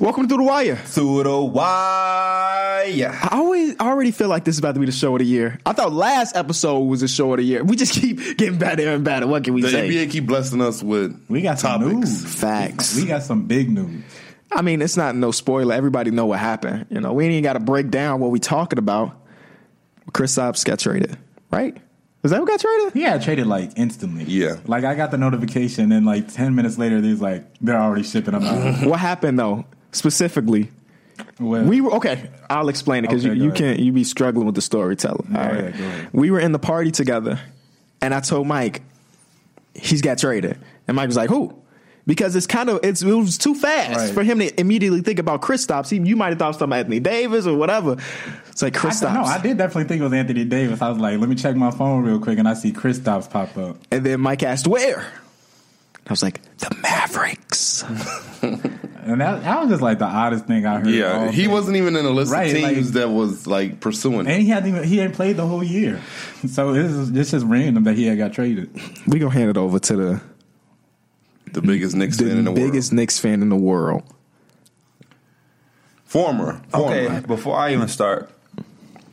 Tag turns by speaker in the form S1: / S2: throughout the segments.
S1: Welcome to the wire.
S2: Through the wire.
S1: I always I already feel like this is about to be the show of the year. I thought last episode was the show of the year. We just keep getting better and better. What can we
S2: The
S1: say?
S2: NBA keep blessing us with
S3: We got some
S2: topics.
S3: news.
S1: Facts.
S3: We got some big news.
S1: I mean, it's not no spoiler. Everybody know what happened. You know, we ain't even got to break down what we talking about. Chris Ops got traded, right? Is that what got traded?
S3: He got traded like instantly.
S2: Yeah.
S3: Like I got the notification, and like ten minutes later, they's like they're already shipping them out.
S1: What happened though? Specifically,
S3: Well,
S1: we were okay. I'll explain it because
S3: Okay,
S1: you,
S3: go
S1: you
S3: ahead.
S1: can't you be struggling with the storytelling. All
S3: ahead,
S1: right,
S3: go ahead.
S1: we were in the party together, and I told Mike he's got traded, and Mike was like, "Who?" Because it's kind of it's, it was too fast
S3: Right.
S1: for him to immediately think about Chris Stops. He, you might have thought it was something about Anthony Davis or whatever. It's like Chris
S3: I, no,
S1: Stops.
S3: I did definitely think it was Anthony Davis. I was like, let me check my phone real quick, and I see Chris Stops pop up.
S1: And then Mike asked, Where? And I was like, The Mavericks.
S3: Mm-hmm. And that, that was just like the oddest thing I heard.
S2: Yeah,
S4: Oh,
S3: all
S2: he
S3: day.
S2: wasn't even in a list
S3: Right,
S2: of
S3: like-
S2: teams that was like pursuing.
S3: and he hadn't even he hadn't played the whole year. So this is it's just random that he had got traded.
S1: We're going to hand it over to the,
S2: the biggest Knicks
S1: the,
S2: fan in the
S1: biggest Knicks fan in the world.
S2: world. Former, former.
S4: Okay, before I even start,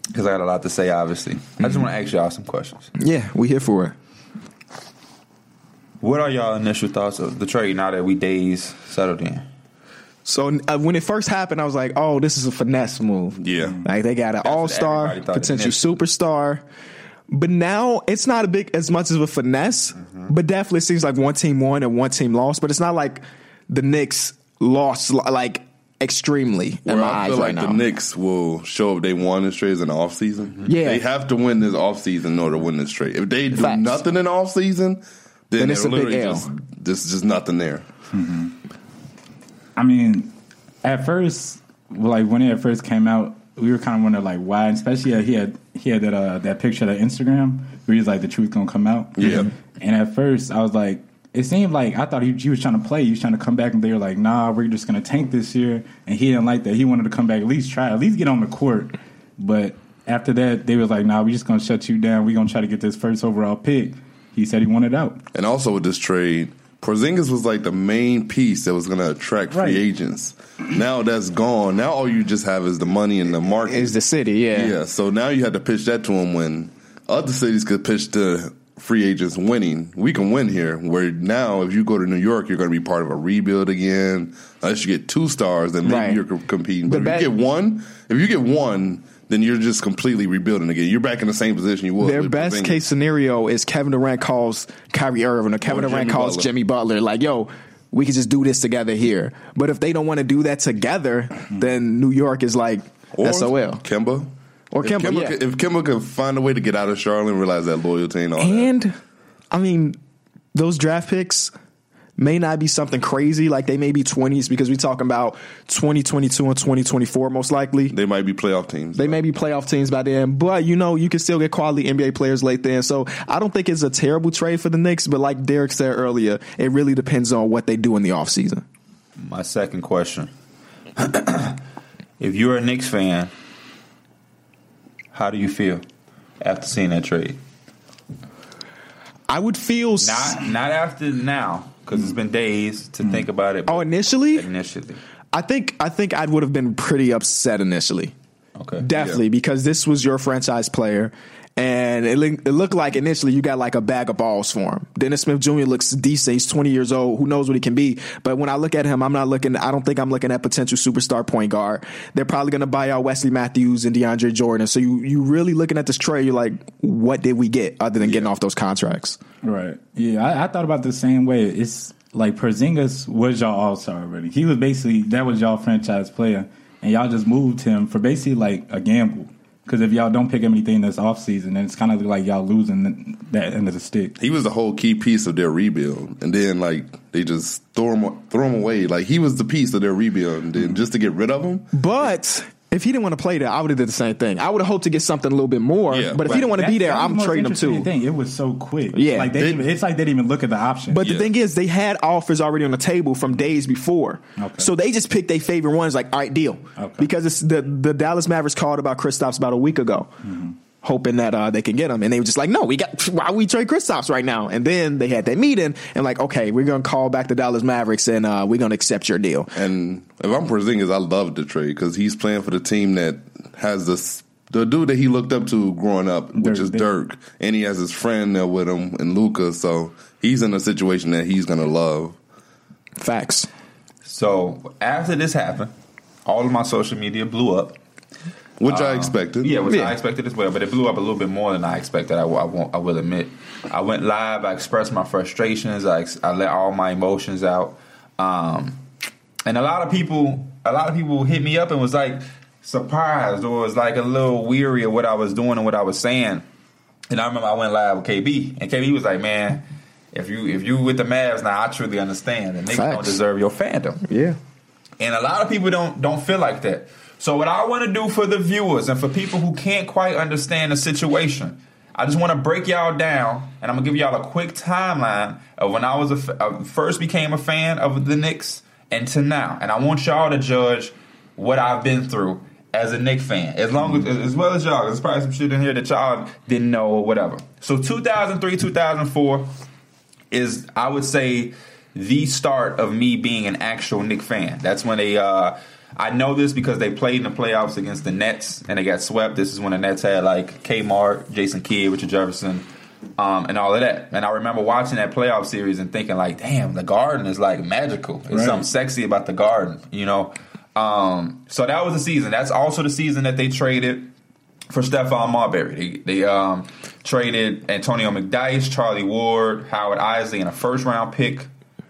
S4: because I got a lot to say, obviously, I just want to ask y'all some questions.
S1: Yeah, we here for it.
S4: What are y'all initial thoughts of the trade now that we days settled in?
S1: So uh, when it first happened, I was like, "Oh, this is a finesse move."
S2: Yeah.
S1: like they got an all star,
S4: everybody thought
S1: potential
S4: initially.
S1: superstar. But now it's not a big as much of a finesse,
S2: Mm-hmm.
S1: but definitely seems like one team won and one team lost. But it's not like the Knicks lost like extremely in
S2: Where
S1: my
S2: I
S1: eyes
S2: feel
S1: right
S2: like
S1: now. Mm-hmm.
S2: the Knicks will show if they won this trade in the offseason.
S1: Yeah.
S2: They have to win this offseason in order to win this trade. If they do
S1: Facts.
S2: nothing in offseason, then,
S1: Then
S2: then
S1: it's
S2: it's
S1: a big
S2: literally
S1: L.
S2: just, there's just nothing there.
S3: I mean, at first, like when it first came out, we were kind of wondering like why, and especially uh, he had he had that uh, that picture of Instagram where he's like the truth gonna come out.
S2: Yeah.
S3: And at first, I was like, it seemed like I thought he, he was trying to play. He was trying to come back, and they were like, nah, we're just gonna tank this year. And he didn't like that. He wanted to come back at least try, at least get on the court. But after that, they was like, nah, we just gonna shut you down. We gonna try to get this first overall pick. He said he wanted out.
S2: And also with this trade, Porzingis was like the main piece that was going to attract free
S3: Right.
S2: agents. Now that's gone. Now all you just have is the money and the market.
S1: is the city, yeah.
S2: yeah, so now you had to pitch that to him when other cities could pitch to free agents winning. We can win here. Where now, if you go to New York, you're going to be part of a rebuild again. Unless you get two stars, then maybe
S1: Right.
S2: you're co- competing.
S1: The
S2: But if
S1: bet-
S2: you get one, if you get one, then you're just completely rebuilding again. You're back in the same position you was.
S1: Their
S2: with
S1: best
S2: Porzingis.
S1: case scenario is Kevin Durant calls Kyrie Irving or Kevin
S2: Or
S1: Durant
S2: Oh, Jimmy
S1: calls
S2: Butler.
S1: Jimmy Butler, like, yo, we could just do this together here. But if they don't want to do that together, then New York is like
S2: Or
S1: SOL.
S2: Kemba.
S1: Or
S2: If
S1: Kemba,
S2: Kemba,
S1: yeah.
S2: could- if Kemba could find a way to get out of Charlotte and realize that loyalty ain't all that.
S1: And I mean, those draft picks may not be something crazy. Like they may be twenties because we're talking about twenty twenty two and twenty twenty four most likely.
S2: They might be playoff teams.
S1: They may be playoff teams by then, but you know, you can still get quality NBA players late then. So I don't think it's a terrible trade for the Knicks, but like Derek said earlier, it really depends on what they do in the offseason.
S4: My second question: If you're a Knicks fan, how do you feel after seeing that trade?
S1: I would feel s-
S4: Not not after now, because it's been days to think about it. but
S1: oh initially,
S4: initially,
S1: I think I think I would have been pretty upset initially.
S4: okay,
S1: Definitely, because this was your franchise player, and it, link- it looked like initially you got like a bag of balls for him. Dennis Smith Jr. looks decent. He's 20 years old. Who knows what he can be? But when I look at him, I'm not looking. I don't think I'm looking at potential superstar point guard. They're probably going to buy out Wesley Matthews and DeAndre Jordan. So you you really looking at this trade? You're like, what did we get other than getting off those contracts?
S3: Right. Yeah, I, I thought about it the same way. It's like Porzingis was y'all all star already. He was basically that was y'all franchise player, and y'all just moved him for basically like a gamble. Because if y'all don't pick up anything this offseason, then it's kind of like y'all losing that end of the stick.
S2: he was the whole key piece of their rebuild, and then like they just throw him throw him away. Like he was the piece of their rebuild, and
S3: Mm-hmm.
S2: then just to get rid of him.
S1: But. If he didn't want to play there, I would have did the same thing. I would have hoped to get something a little bit more.
S2: Yeah,
S1: but if he didn't want to
S3: That-
S1: be there,
S3: that was
S1: I'm
S3: the most
S1: trading him
S3: interesting
S1: too.
S3: Thing. It was so quick.
S1: Yeah.
S3: like they,
S2: They-
S3: didn't- it's like they didn't even look at the option.
S1: But the
S2: Yeah.
S1: thing is, they had offers already on the table from days before,
S3: Okay.
S1: so they just picked their favorite ones. Like, all right, deal,
S3: Okay.
S1: because it's the the Dallas Mavericks called about Kristaps about a week ago. hoping that uh, they can get him. And they were just like, no, we got why we trade Kristaps right now. And then they had that meeting and like, okay, we're gonna call back the Dallas Mavericks and uh, we're gonna accept your deal.
S2: And if I'm Porzingis, I love the trade because he's playing for the team that has this the dude that he looked up to growing up, which
S3: Dirk,
S2: is
S3: yeah.
S2: Dirk, and he has his friend there with him and Luca. So he's in a situation that he's gonna love.
S1: Facts.
S4: So after this happened, all of my social media blew up.
S2: Which
S3: Uh,
S2: I expected.
S4: Yeah, which
S1: Yeah.
S4: I expected as well, but it blew up a little bit more than I expected. I, will- I, won't, I will admit. I went live. I expressed my frustrations. I, ex- I let all my emotions out, um, and a lot of people, a lot of people hit me up and was like surprised or was like a little weary of what I was doing and what I was saying. And I remember I went live with KB, and KB was like, "Man, if you if you with the Mavs now, I truly understand, and niggas don't
S1: Facts.
S4: deserve your fandom."
S1: Yeah.
S4: And a lot of people don't don't feel like that. So what I want to do for the viewers and for people who can't quite understand the situation, I just want to break y'all down and I'm gonna give y'all a quick timeline of when I was a f- uh, first became a fan of the Knicks and to now. And I want y'all to judge what I've been through as a Knicks fan, as long as as well as y'all. There's probably some shit in here that y'all didn't know or whatever. So 2003, 2004 is I would say the start of me being an actual Nick fan. That's when they uh I know this because they played in the playoffs against the Nets and they got swept. This is when the Nets had like Kmart, Jason Kidd, Richard Jefferson, um, and all of that. And I remember watching that playoff series and thinking like, damn, the garden is like magical. There's
S3: Right.
S4: something sexy about the garden, you know. Um, so that was the season. That's also the season that they traded for Stephon Marbury. They, they um, traded Antonio McDice, Charlie Ward, Howard Isley, and a first round pick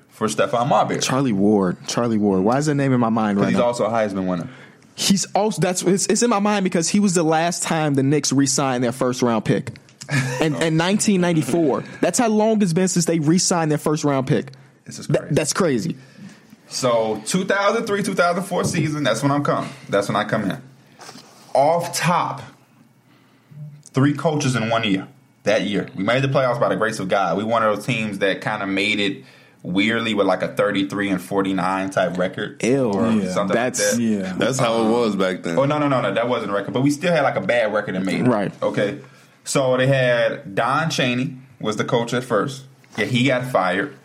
S4: for Stephon Marbury.
S1: Charlie Ward. Charlie Ward. Why is that name in my mind right
S4: He's
S1: now?
S4: also a Heisman winner.
S1: He's also that's it's, it's in my mind because he was the last time the Knicks re-signed their first round pick, and in 1994. That's how long it's been since they re-signed their first round pick.
S4: This is
S1: Tha-
S4: crazy.
S1: that's crazy.
S4: So 2003, 2004 season. That's when I'm coming. That's when I come in. Off top, three coaches in one year. That year, we made the playoffs by the grace of God. We one of those teams that kind of made it weirdly with like a 33 and 49 type record.
S1: Ew.
S3: Yeah.
S4: something
S1: That's-
S4: like that.
S3: Yeah.
S2: That's how it was back then.
S4: Oh no, no, no, no, that wasn't a record. But we still had like a bad record in made. it.
S1: Right.
S4: Okay. So they had Don Cheney was the coach at first. Yeah, he got fired.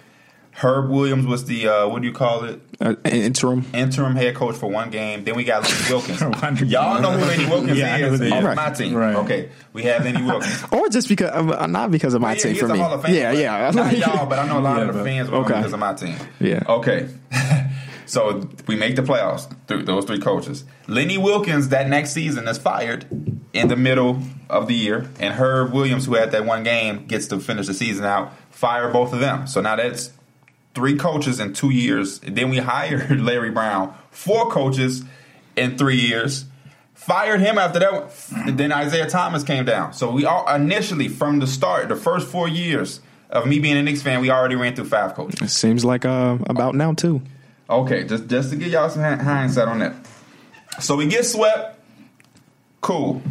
S4: Herb Williams was the uh, what do you call it?
S1: Uh, interim.
S4: Interim head coach for one game. Then we got Lenny Wilkins.
S3: Wonderful.
S4: Y'all know who Lenny Wilkins
S3: Yeah, I know who
S4: is.
S3: they
S4: Off
S1: is.
S4: my team.
S3: Right.
S4: Okay. We had Lenny Wilkins.
S1: Or just because, uh, not because of my
S4: Yeah,
S1: team
S4: he
S1: for
S4: is a
S1: me.
S4: Hall of Famer,
S1: yeah,
S4: but
S1: yeah.
S4: Not y'all, but I know a lot
S3: Yeah,
S4: of the
S3: but-
S4: fans were
S1: okay.
S4: because of my team.
S1: Yeah.
S4: Okay. so we make the playoffs through those three coaches. Lenny Wilkins that next season is fired in the middle of the year, and Herb Williams, who had that one game, gets to finish the season out. Fire both of them. So now that's three coaches in two years. Then we hired Larry Brown, four coaches in three years. Fired him after that. one. And then Isaiah Thomas came down. So we all initially from the start, the first four years of me being a Knicks fan, we already ran through five coaches.
S1: Seems like uh, about now too.
S4: Okay, just just to give y'all some hin- hindsight on that. So we get swept. Cool.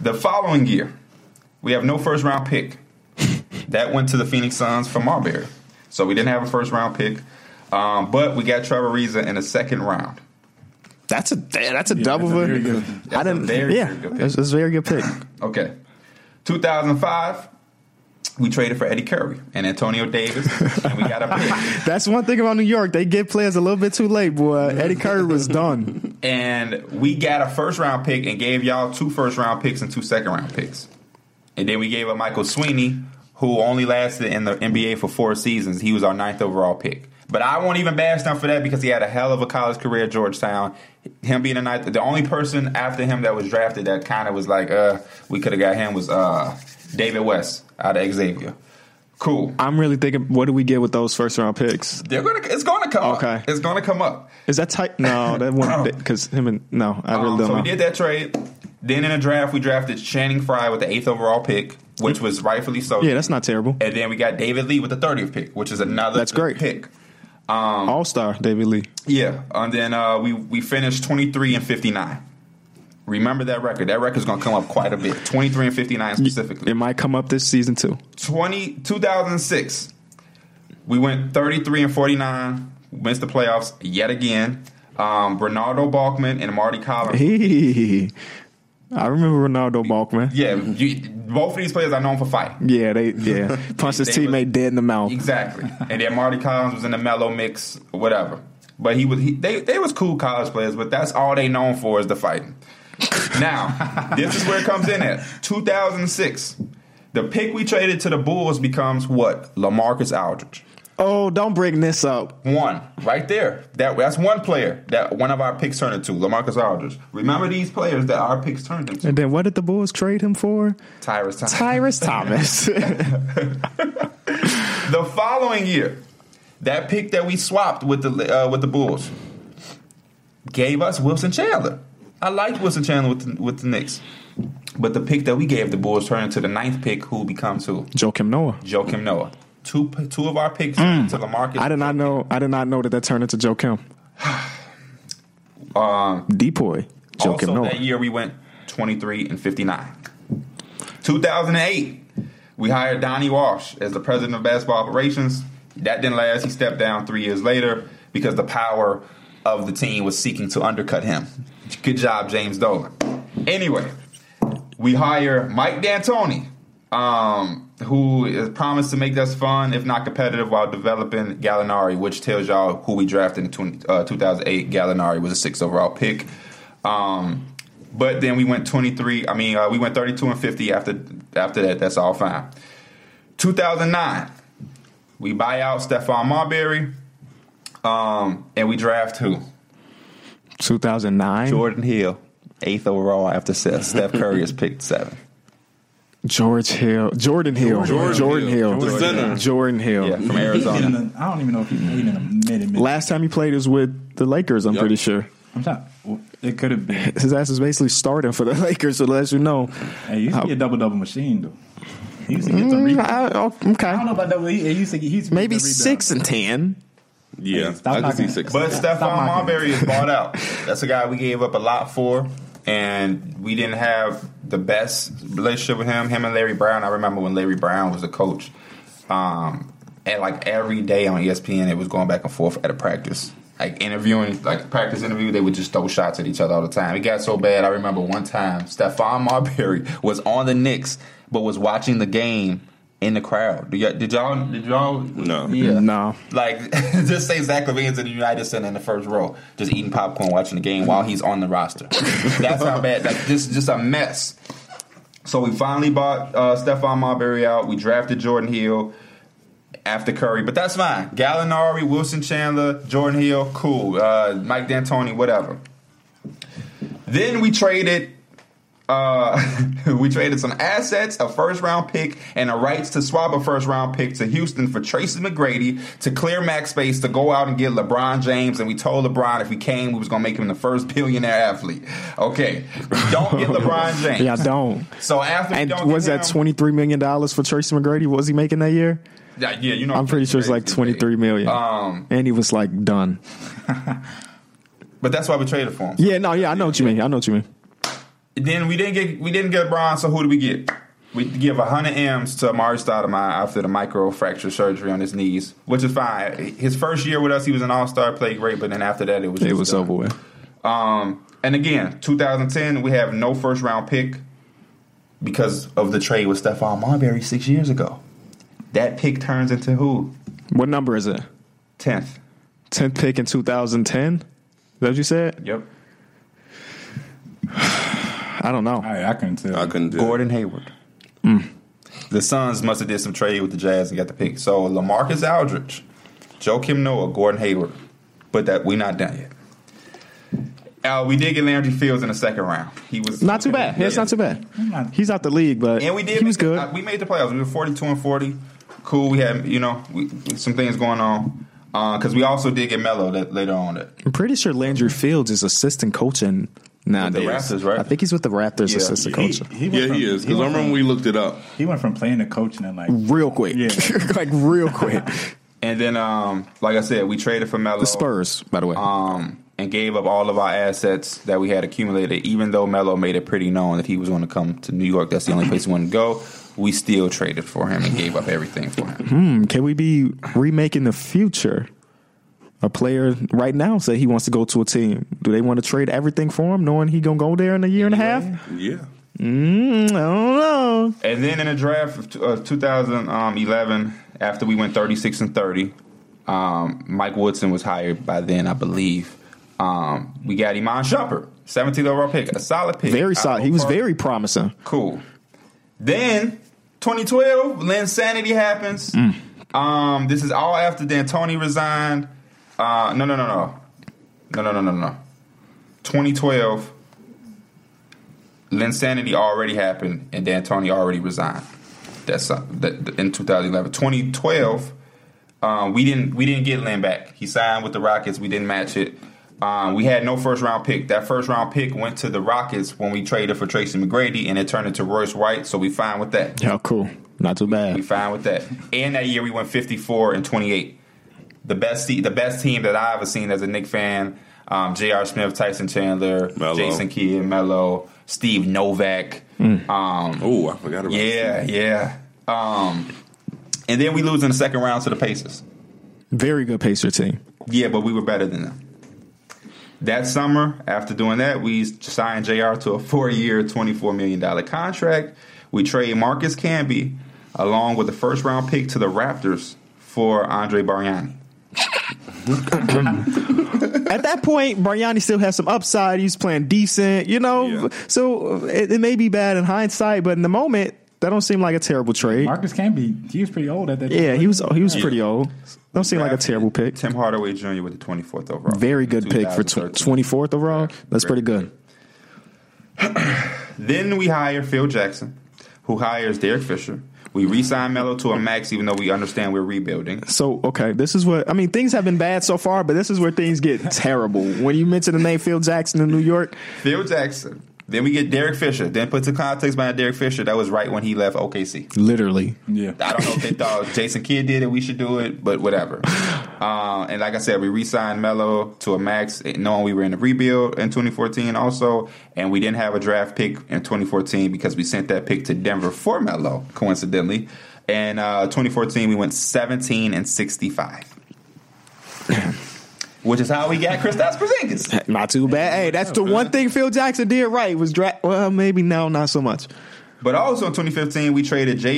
S4: The following year, we have no first round pick. That went to the Phoenix Suns for Marbury. So we didn't have a first round pick. Um, but we got Trevor Reza in the second round.
S1: That's a that's a double.
S3: that's a
S1: for-
S3: very good-
S1: I
S4: that's a
S1: didn't.
S4: very,
S1: yeah,
S4: very good pick.
S1: that's, that's a very good pick.
S4: Okay. 2005, we traded for Eddie Curry and Antonio Davis, and we got a pick.
S1: That's one thing about New York. They get players a little bit too late, boy. Eddie Curry was done.
S4: And we got a first round pick and gave y'all two first round picks and two second round picks. And then we gave up Michael Sweeney, who only lasted in the NBA for four seasons. He was our ninth overall pick. But I won't even bash them for that because he had a hell of a college career at Georgetown. Him being a ninth, the only person after him that was drafted that kind of was like, uh, we could have got him was uh, David West out of Xavier. Cool.
S1: I'm really thinking, what do we get with those first round picks?
S4: They're gonna. It's gonna come.
S1: Okay.
S4: Up. It's gonna come up.
S1: Is that tight? No, that one because him and no, I really
S4: Um,
S1: don't
S4: so
S1: know.
S4: we did that trade. Then in the draft, we drafted Channing Frye with the eighth overall pick, which was rightfully so.
S1: Mm. yeah, that's not terrible.
S4: And then we got David Lee with the thirtieth pick, which is another
S1: That's great.
S4: good pick. Um,
S1: All star David Lee.
S4: Yeah, and then uh, we we finished twenty three and fifty nine. Remember that record. That record's gonna come up quite a bit. Twenty three and fifty nine specifically.
S1: It might come up this season too.
S4: 20, 2006, we went 33 and 49, missed the playoffs yet again. Um, Bernardo Balkman and Marty Collins
S1: Hey, I remember Ronaldo Balkman.
S4: Yeah, you, both of these players are known for fighting.
S1: Yeah, they yeah punched his
S4: They was-
S1: teammate dead in the mouth.
S4: Exactly. And then Marty Collins was in the mellow mix, whatever. But he was he, they they was cool college players, but that's all they known for is the fighting. Now, this is where it comes in at 2006. The pick we traded to the Bulls becomes what? LaMarcus Aldridge.
S1: Oh, don't bring this up.
S4: One right there. That that's one player that one of our picks turned into LaMarcus Aldridge. Remember these players that our picks turned into.
S1: And then what did the Bulls trade him for?
S4: Tyrus Thomas.
S1: Tyrus Thomas.
S4: The following year, that pick that we swapped with the uh, with the Bulls gave us Wilson Chandler. I liked Wilson Chandler with the, with the Knicks, but the pick that we gave the Bulls turned into the ninth pick, who becomes who?
S1: Joakim Noah.
S4: Joakim Noah. Two p- two of our picks to the market.
S1: I did not know. I did not know that that turned into Joakim. Um, Depoy.
S4: also
S1: Joakim Noah.
S4: that year we went twenty three and fifty nine. Two thousand and eight, we hired Donnie Walsh as the president of basketball operations. That didn't last. He stepped down three years later because the power of the team was seeking to undercut him. Good job, James Dolan. Anyway, we hire Mike D'Antoni, um, who is promised to make us fun, if not competitive, while developing Gallinari, which tells y'all who we drafted in 20, uh, 2008. Gallinari was a six overall pick. Um, but then we went 23. I mean, uh, we went 32 and 50 after after that. That's all fine. 2009, we buy out Stephon Marbury, um, and we draft who?
S1: 2009.
S4: Jordan Hill, eighth overall after Seth. Steph Curry is picked seven.
S1: George Hill. Jordan Hill.
S2: Jordan
S1: Jordan,
S2: Hill.
S1: Hill.
S2: The center.
S1: Jordan Hill.
S4: Yeah, from
S3: He played in
S4: Arizona.
S3: a- I don't even know if he played in a minute. minute.
S1: Last time he played was with the Lakers. I'm
S2: Yep.
S1: pretty sure
S3: I'm sorry. Well, It could have been.
S1: his ass is basically starting for the Lakers. So let you know.
S3: Hey, he used to
S1: How-
S3: be a double double machine though. He used to get the rebound. I
S1: I- oh, okay.
S3: don't know about double. He, he used to get. He used to E, get
S1: Maybe
S3: the rebound.
S1: six and ten.
S2: Yeah,
S3: Stop
S2: I can see
S3: knocking.
S2: six.
S4: But
S3: Stop
S4: Stephon
S3: mocking.
S4: Marbury is bought out. That's a guy we gave up a lot for, and we didn't have the best relationship with him. Him and Larry Brown. I remember when Larry Brown was the coach, um, and like every day on E ESPN, it was going back and forth at a practice. Like interviewing, like practice interview, they would just throw shots at each other all the time. It got so bad. I remember one time Stephon Marbury was on the Knicks, but was watching the game in the crowd. Did y'all? Did y'all? Did y'all
S2: No.
S4: Yeah.
S1: No.
S4: Like, just say Zach Levine's in the United Center in the first row, just eating popcorn, watching the game while he's on the roster. That's how bad. Like, just just a mess. So we finally bought uh, Stephon Marbury out. We drafted Jordan Hill after Curry, but that's fine. Gallinari, Wilson Chandler, Jordan Hill, cool. Uh, Mike D'Antoni, whatever. Then we traded. Uh, we traded some assets, a first round pick, and the rights to swap a first round pick to Houston for Tracy McGrady to clear max space to go out and get LeBron James. And we told LeBron if he came, we was gonna make him the first billionaire athlete. Okay, we don't get LeBron James.
S1: Yeah, I don't.
S4: So after we
S1: And
S4: don't
S1: was
S4: get
S1: that
S4: him-
S1: twenty three million dollars for Tracy McGrady? What was he making that year?
S4: Yeah, yeah, you know,
S1: I'm pretty sure it's like twenty three million.
S4: Um,
S1: and he was like done.
S4: But that's why we traded for him.
S1: Yeah, no, yeah, I know what you mean. I know what you mean.
S4: Then we didn't get we didn't get Bron. So who do we get? We give hundred m's to Amari Stoudemire after the micro fracture surgery on his knees, which is fine. His first year with us, he was an all star, played great, but then after that, it was
S1: It
S4: just
S1: was
S4: done.
S1: over with.
S4: Um, and again, 2010, we have no first round pick because of the trade with Stephon Marbury six years ago. That pick turns into who?
S1: What number is it?
S4: Tenth.
S1: Tenth pick in 2010. Is that what you said?
S4: Yep.
S1: I don't know.
S3: I, I couldn't tell.
S2: I couldn't do it.
S4: Gordon Hayward.
S1: Mm.
S4: The Suns must have did some trade with the Jazz and got the pick. So Lamarcus Aldridge, Joakim Noah, Gordon Hayward, but that we not done yet. Uh, we did get Landry Fields in the second round. He was
S1: Not too bad. Yeah, it's not too bad.
S3: not-
S1: He's out the league, but
S4: And we did.
S1: he was
S4: make the-
S1: good.
S4: uh, we made the playoffs. We were forty-two and forty. Cool. We had you know we, some things going on because we also did get Melo that later on. That
S1: I'm pretty sure Landry Fields is assistant coaching nowadays.
S4: Raptors, right?
S1: I think he's with the Raptors
S4: Yeah.
S1: assistant
S3: He-
S1: coach.
S3: he went
S2: Yeah,
S3: from-
S2: he is. Because I
S3: went
S2: remember
S3: from-
S2: we looked it up.
S3: He went from playing to coaching and like
S1: Real quick.
S3: Yeah.
S1: like real quick.
S4: and then um, like I said, we traded for Melo.
S1: The Spurs, by the way.
S4: um, and gave up all of our assets that we had accumulated. Even though Melo made it pretty known that he was going to come to New York, that's the only place he wanted to go. We still traded
S1: Mm-hmm.
S4: for him and gave up everything for him.
S1: Can we be remaking the future a player right now say he wants to go to a team. Do they want to trade everything for him, knowing he gonna go there in a year and a half?
S2: Yeah.
S1: Mm, I don't know.
S4: And then in the draft of t- uh, of 2011, um, after we went 36 and 30, um, Mike Woodson was hired by then, I believe. Um, we got Iman Shumpert, 17th overall pick, a solid pick.
S1: Very
S4: I
S1: solid.
S4: hope
S1: He was
S4: for-
S1: very promising.
S4: cool. Then 2012, Lynn Sanity happens. Um, this is all after D'Antoni resigned. Uh, no, no, no, no, no, no, no, no, no. 2012, Lynn Sanity already happened, and D'Antoni already resigned. That's uh, that, that- in 2011. 2012, um, we didn't we didn't get Lynn back. He signed with the Rockets. We didn't match it. Um, we had no first round pick. That first round pick went to the Rockets when we traded for Tracy McGrady, and it turned into Royce White. So we fine with that.
S1: How cool. Not too
S4: We
S1: bad.
S4: fine with that. And that year we went 54 and 28. The best te- the best team that I ever seen as a Nick fan. Um, J.R. Smith, Tyson Chandler,
S2: Melo.
S4: Jason Kidd, Mello, Steve Novak. Um,
S2: Oh, I forgot about
S4: yeah, yeah. Um, and then we lose in the second round to the Pacers.
S1: Very good pacer team.
S4: Yeah, but we were better than them. That summer, after doing that, we signed JR to a four year, $24 million contract. We trade Marcus Camby along with the first round pick to the Raptors for Andre Bargnani.
S1: At that point, Bargnani still has some upside. He's playing decent, you know.
S2: Yeah.
S1: So it, it may be bad in hindsight, but in the moment, that don't seem like a terrible trade.
S3: Marcus Camby, he was pretty old at that.
S1: yeah, he was he was pretty old. Don't seem like a
S4: Drafted
S1: terrible pick.
S4: Tim Hardaway Jr. with the 24th overall.
S1: Very good pick for tw-
S4: 2013.
S1: 24th overall. That's pretty good.
S4: Then we hire Phil Jackson, who hires Derek Fisher. We re sign Melo to a max, even though we understand we're rebuilding.
S1: So okay, this is what I mean. Things have been bad so far, but this is where things get terrible. When you mention the name Phil Jackson in New York,
S4: Phil Jackson. Then we get Derek Fisher. Then put some context behind Derek Fisher. That was right when he left OKC.
S1: literally,
S3: Yeah.
S4: I don't know if they thought Jason Kidd did it, we should do it, but whatever. Uh, and like I said, we re signed Melo to a max, knowing we were in a rebuild in 2014 also. And we didn't have a draft pick in 2014 because we sent that pick to Denver for Melo, coincidentally. And uh, 2014, we went 17 and 65. Which is how we got Kristaps Porzingis.
S1: not too bad. Hey, that's the one thing Phil Jackson did right was draft. Well, maybe now not so much.
S4: But also in 2015, we traded Jr.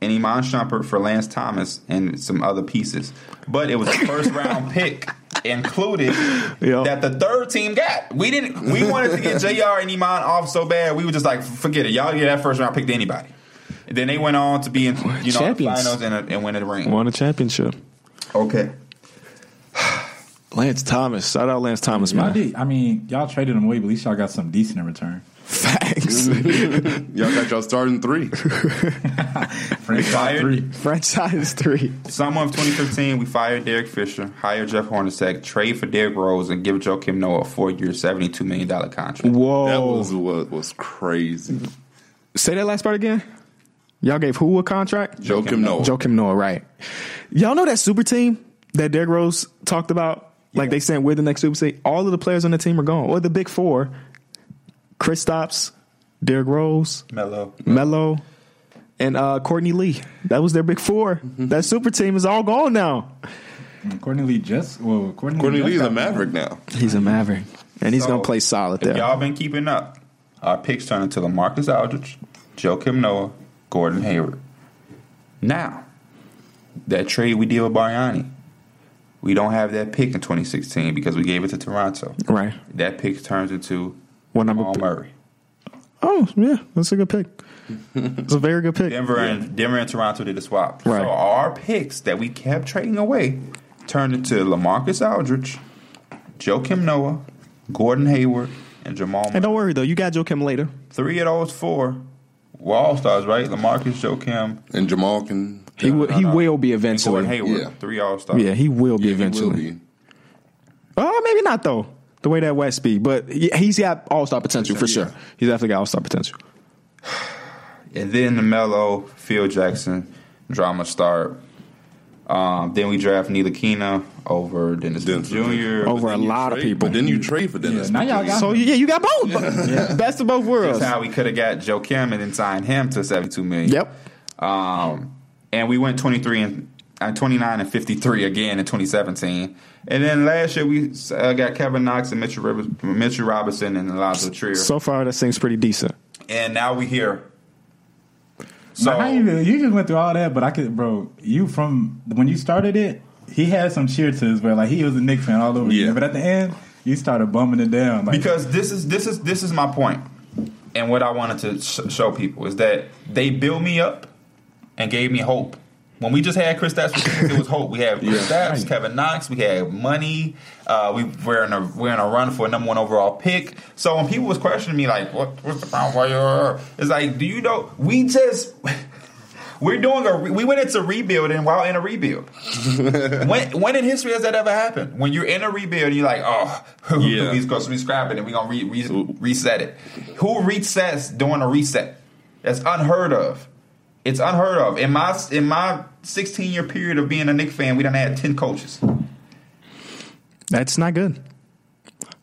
S4: and Iman Shumpert for Lance Thomas and some other pieces. But it was a first round pick included
S1: Yeah.
S4: that the third team got. We didn't. We wanted to get Jr. and Iman off so bad. We were just like, forget it. Y'all get that first round pick to anybody. And then they went on to be in you know the
S1: Champions.
S4: finals and, uh, and win the ring.
S1: Won a championship.
S4: Okay.
S1: Lance Thomas, shout out Lance Thomas,
S3: Y'all
S1: man.
S3: did. I mean, y'all traded him away, but at least y'all got something decent in return.
S1: Facts.
S2: that. Y'all got y'all starting three.
S3: Frank
S4: Fired.
S3: three.
S1: Franchise three.
S4: Summer of 2015, we fired Derek Fisher, hired Jeff Hornacek, trade for Derrick Rose, and give Joe Kim Noah a four-year, $72 million contract.
S1: Whoa.
S2: That was what was crazy.
S1: Say that last part again. Y'all gave who a contract?
S2: Joe Kim Noah.
S1: Joe Kim Noah, right? Y'all know that super team that Derrick Rose talked about? Like they sent with the next super team. All of the players on the team are gone, or the big four: Chris Stops, Derrick Rose,
S4: Mello.
S1: Melo, and uh, Courtney Lee. That was their big 4
S4: Mm-hmm.
S1: That super team is all gone now.
S3: Courtney Lee just well, Courtney,
S2: Courtney
S3: just
S2: Lee's a
S3: got-
S2: Maverick now.
S1: He's a maverick, and he's
S4: So,
S1: gonna play solid there.
S4: If y'all been keeping up, our picks turn into Lamarcus Aldridge, Joe Kim Noah, Gordon Hayward. Now, that trade we did with Bariani, we don't have that pick in 2016 because we gave it to Toronto.
S1: right?
S4: That pick turns into
S1: What number?
S4: Paul Murray.
S1: Oh yeah, that's a good pick. It's a very good pick.
S4: Denver and Denver and Toronto did a swap.
S1: Right.
S4: So our picks that we kept trading away turned into Lamarcus Aldridge, Joe Kim Noah, Gordon Hayward, and Jamal. Murray.
S1: And don't worry though, you got Joe Kim later.
S4: Three of those four were all stars, right? Lamarcus, Joe Kim,
S2: And Jamal can.
S1: He will, he will be eventually.
S4: Gordon Hayward.
S2: Yeah.
S4: Three all stars.
S1: Yeah, he will be
S2: He will
S1: eventually.
S2: be.
S1: Oh, maybe not though. The way that West be, but he- he's got all star potential for sure. He's definitely got all star potential.
S4: And then the Mello, Phil Jackson, drama start. Um, then we draft Neil Kina over Dennis
S2: Dennis
S4: Smith
S2: Smith.
S4: Jr.
S1: Over
S2: Then
S1: a
S2: you
S1: lot of
S2: trade-
S1: people.
S2: But then you trade for
S3: Yeah,
S2: Dennis.
S3: now y'all got
S1: So yeah, you got both. Best of both worlds.
S4: That's how we could have got Joe Kim and then signed him to seventy two million.
S1: Yep.
S4: Um, and we went twenty three and uh, 29 and 53 again in 2017. And then last year we uh, got Kevin Knox and Mitchell, Rivers, Mitchell Robinson and Alonzo Trier.
S1: So far, that seems pretty decent.
S4: and now we here. So
S3: How you, you just went through all that, but I could, bro. You from when you started it, he had some cheer to his where like he was a Knicks fan all over
S2: Yeah.
S3: again. But at the end, you started bumming it down. Like,
S4: because this is this is this is my point, and what I wanted to sh- show people is that they built me up and gave me hope. When we just had Chris Stapps, it was hope. We had Chris Stapps, Kevin Knox, we had money. Uh, we we're in a we're in a run for a number one overall pick. So when people was questioning me like, what what's the problem? Why you're-" It's like, do you know? We just. We're doing a. Re- we went into rebuilding while in a rebuild. when when in history has that ever happened? When you're in a rebuild, and you're like, oh,
S2: Yeah.
S4: we because we scrap it and we're gonna re- re- reset it. Who resets during a reset? That's unheard of. It's unheard of. In my in my 16 year period of being a Nick fan, we done had 10 coaches.
S1: That's not good.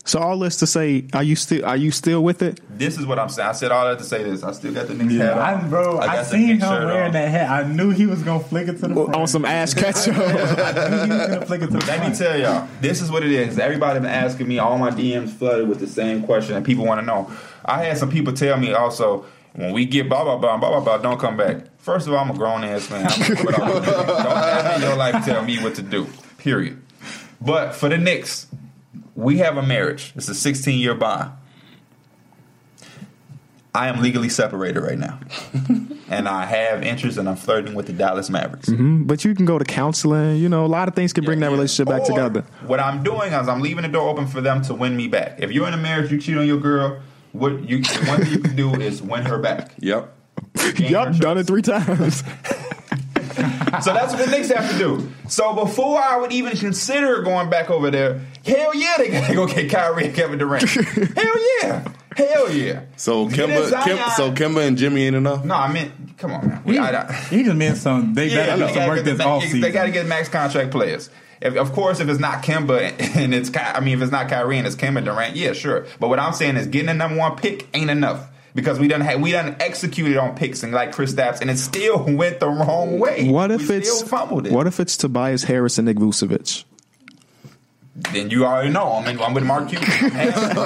S1: So all this to say, are you still are you still with it?
S4: This is what I'm saying. I said all that to say this. I still got the Knicks
S3: yeah,
S4: hat on.
S3: I, bro, I,
S4: got the
S3: seen him
S4: Knicks shirt
S3: wearing
S4: on.
S3: that hat. I knew he was gonna flick it to the front.
S1: On some ass ketchup.
S3: I knew he was gonna flick it to the
S4: Let me
S3: front.
S4: tell y'all, this is what it is. Everybody been asking me, all my DMs flooded with the same question, and people want to know. I had some people tell me also, when we get blah blah blah blah blah blah, don't come back. First of all, I'm a grown ass man. I'm gonna do what I wanna do. don't ever in your life tell me what to do. Period. But for the Knicks, we have a marriage. It's a 16 year bond. I am legally separated right now, and I have interest, and I'm flirting with the Dallas Mavericks.
S1: Mm, but you can go to counseling. You know, a lot of things can bring that relationship back
S4: Or,
S1: together.
S4: What I'm doing is I'm leaving the door open for them to win me back. If you're in a marriage, you cheat on your girl. What you the one thing you can do is win her back.
S2: Yep.
S4: Gain her
S1: Yup,
S4: trust.
S1: done it three times.
S4: So that's what the Knicks have to do. So before I would even consider going back over there, hell yeah, they gotta go get Kyrie and Kevin Durant. hell yeah, hell yeah.
S2: So
S4: Get in
S2: Kimba,
S4: Zion.
S2: Kim, so Kimba and Jimmy ain't enough.
S4: no, I meant come on, man. We, I, I,
S3: He just meant some. They
S4: Yeah,
S3: better
S4: they
S3: do some
S4: gotta
S3: work
S4: get the
S3: this
S4: ma-
S3: off
S4: They got to
S3: season.
S4: get max contract players. If, of course, if it's not Kimba and it's Ky- I mean, if it's not Kyrie and it's Kimba Durant, yeah, sure. But what I'm saying is getting a number one pick ain't enough because we done had we done executed on picks and like Chris Stapps, and it still went the wrong way.
S1: What if
S4: We
S1: it's
S4: still fumbled it?
S1: what if it's Tobias Harris and Nick Vucevic?
S4: then you already know. I mean, I'm with Mark Cuban. I got,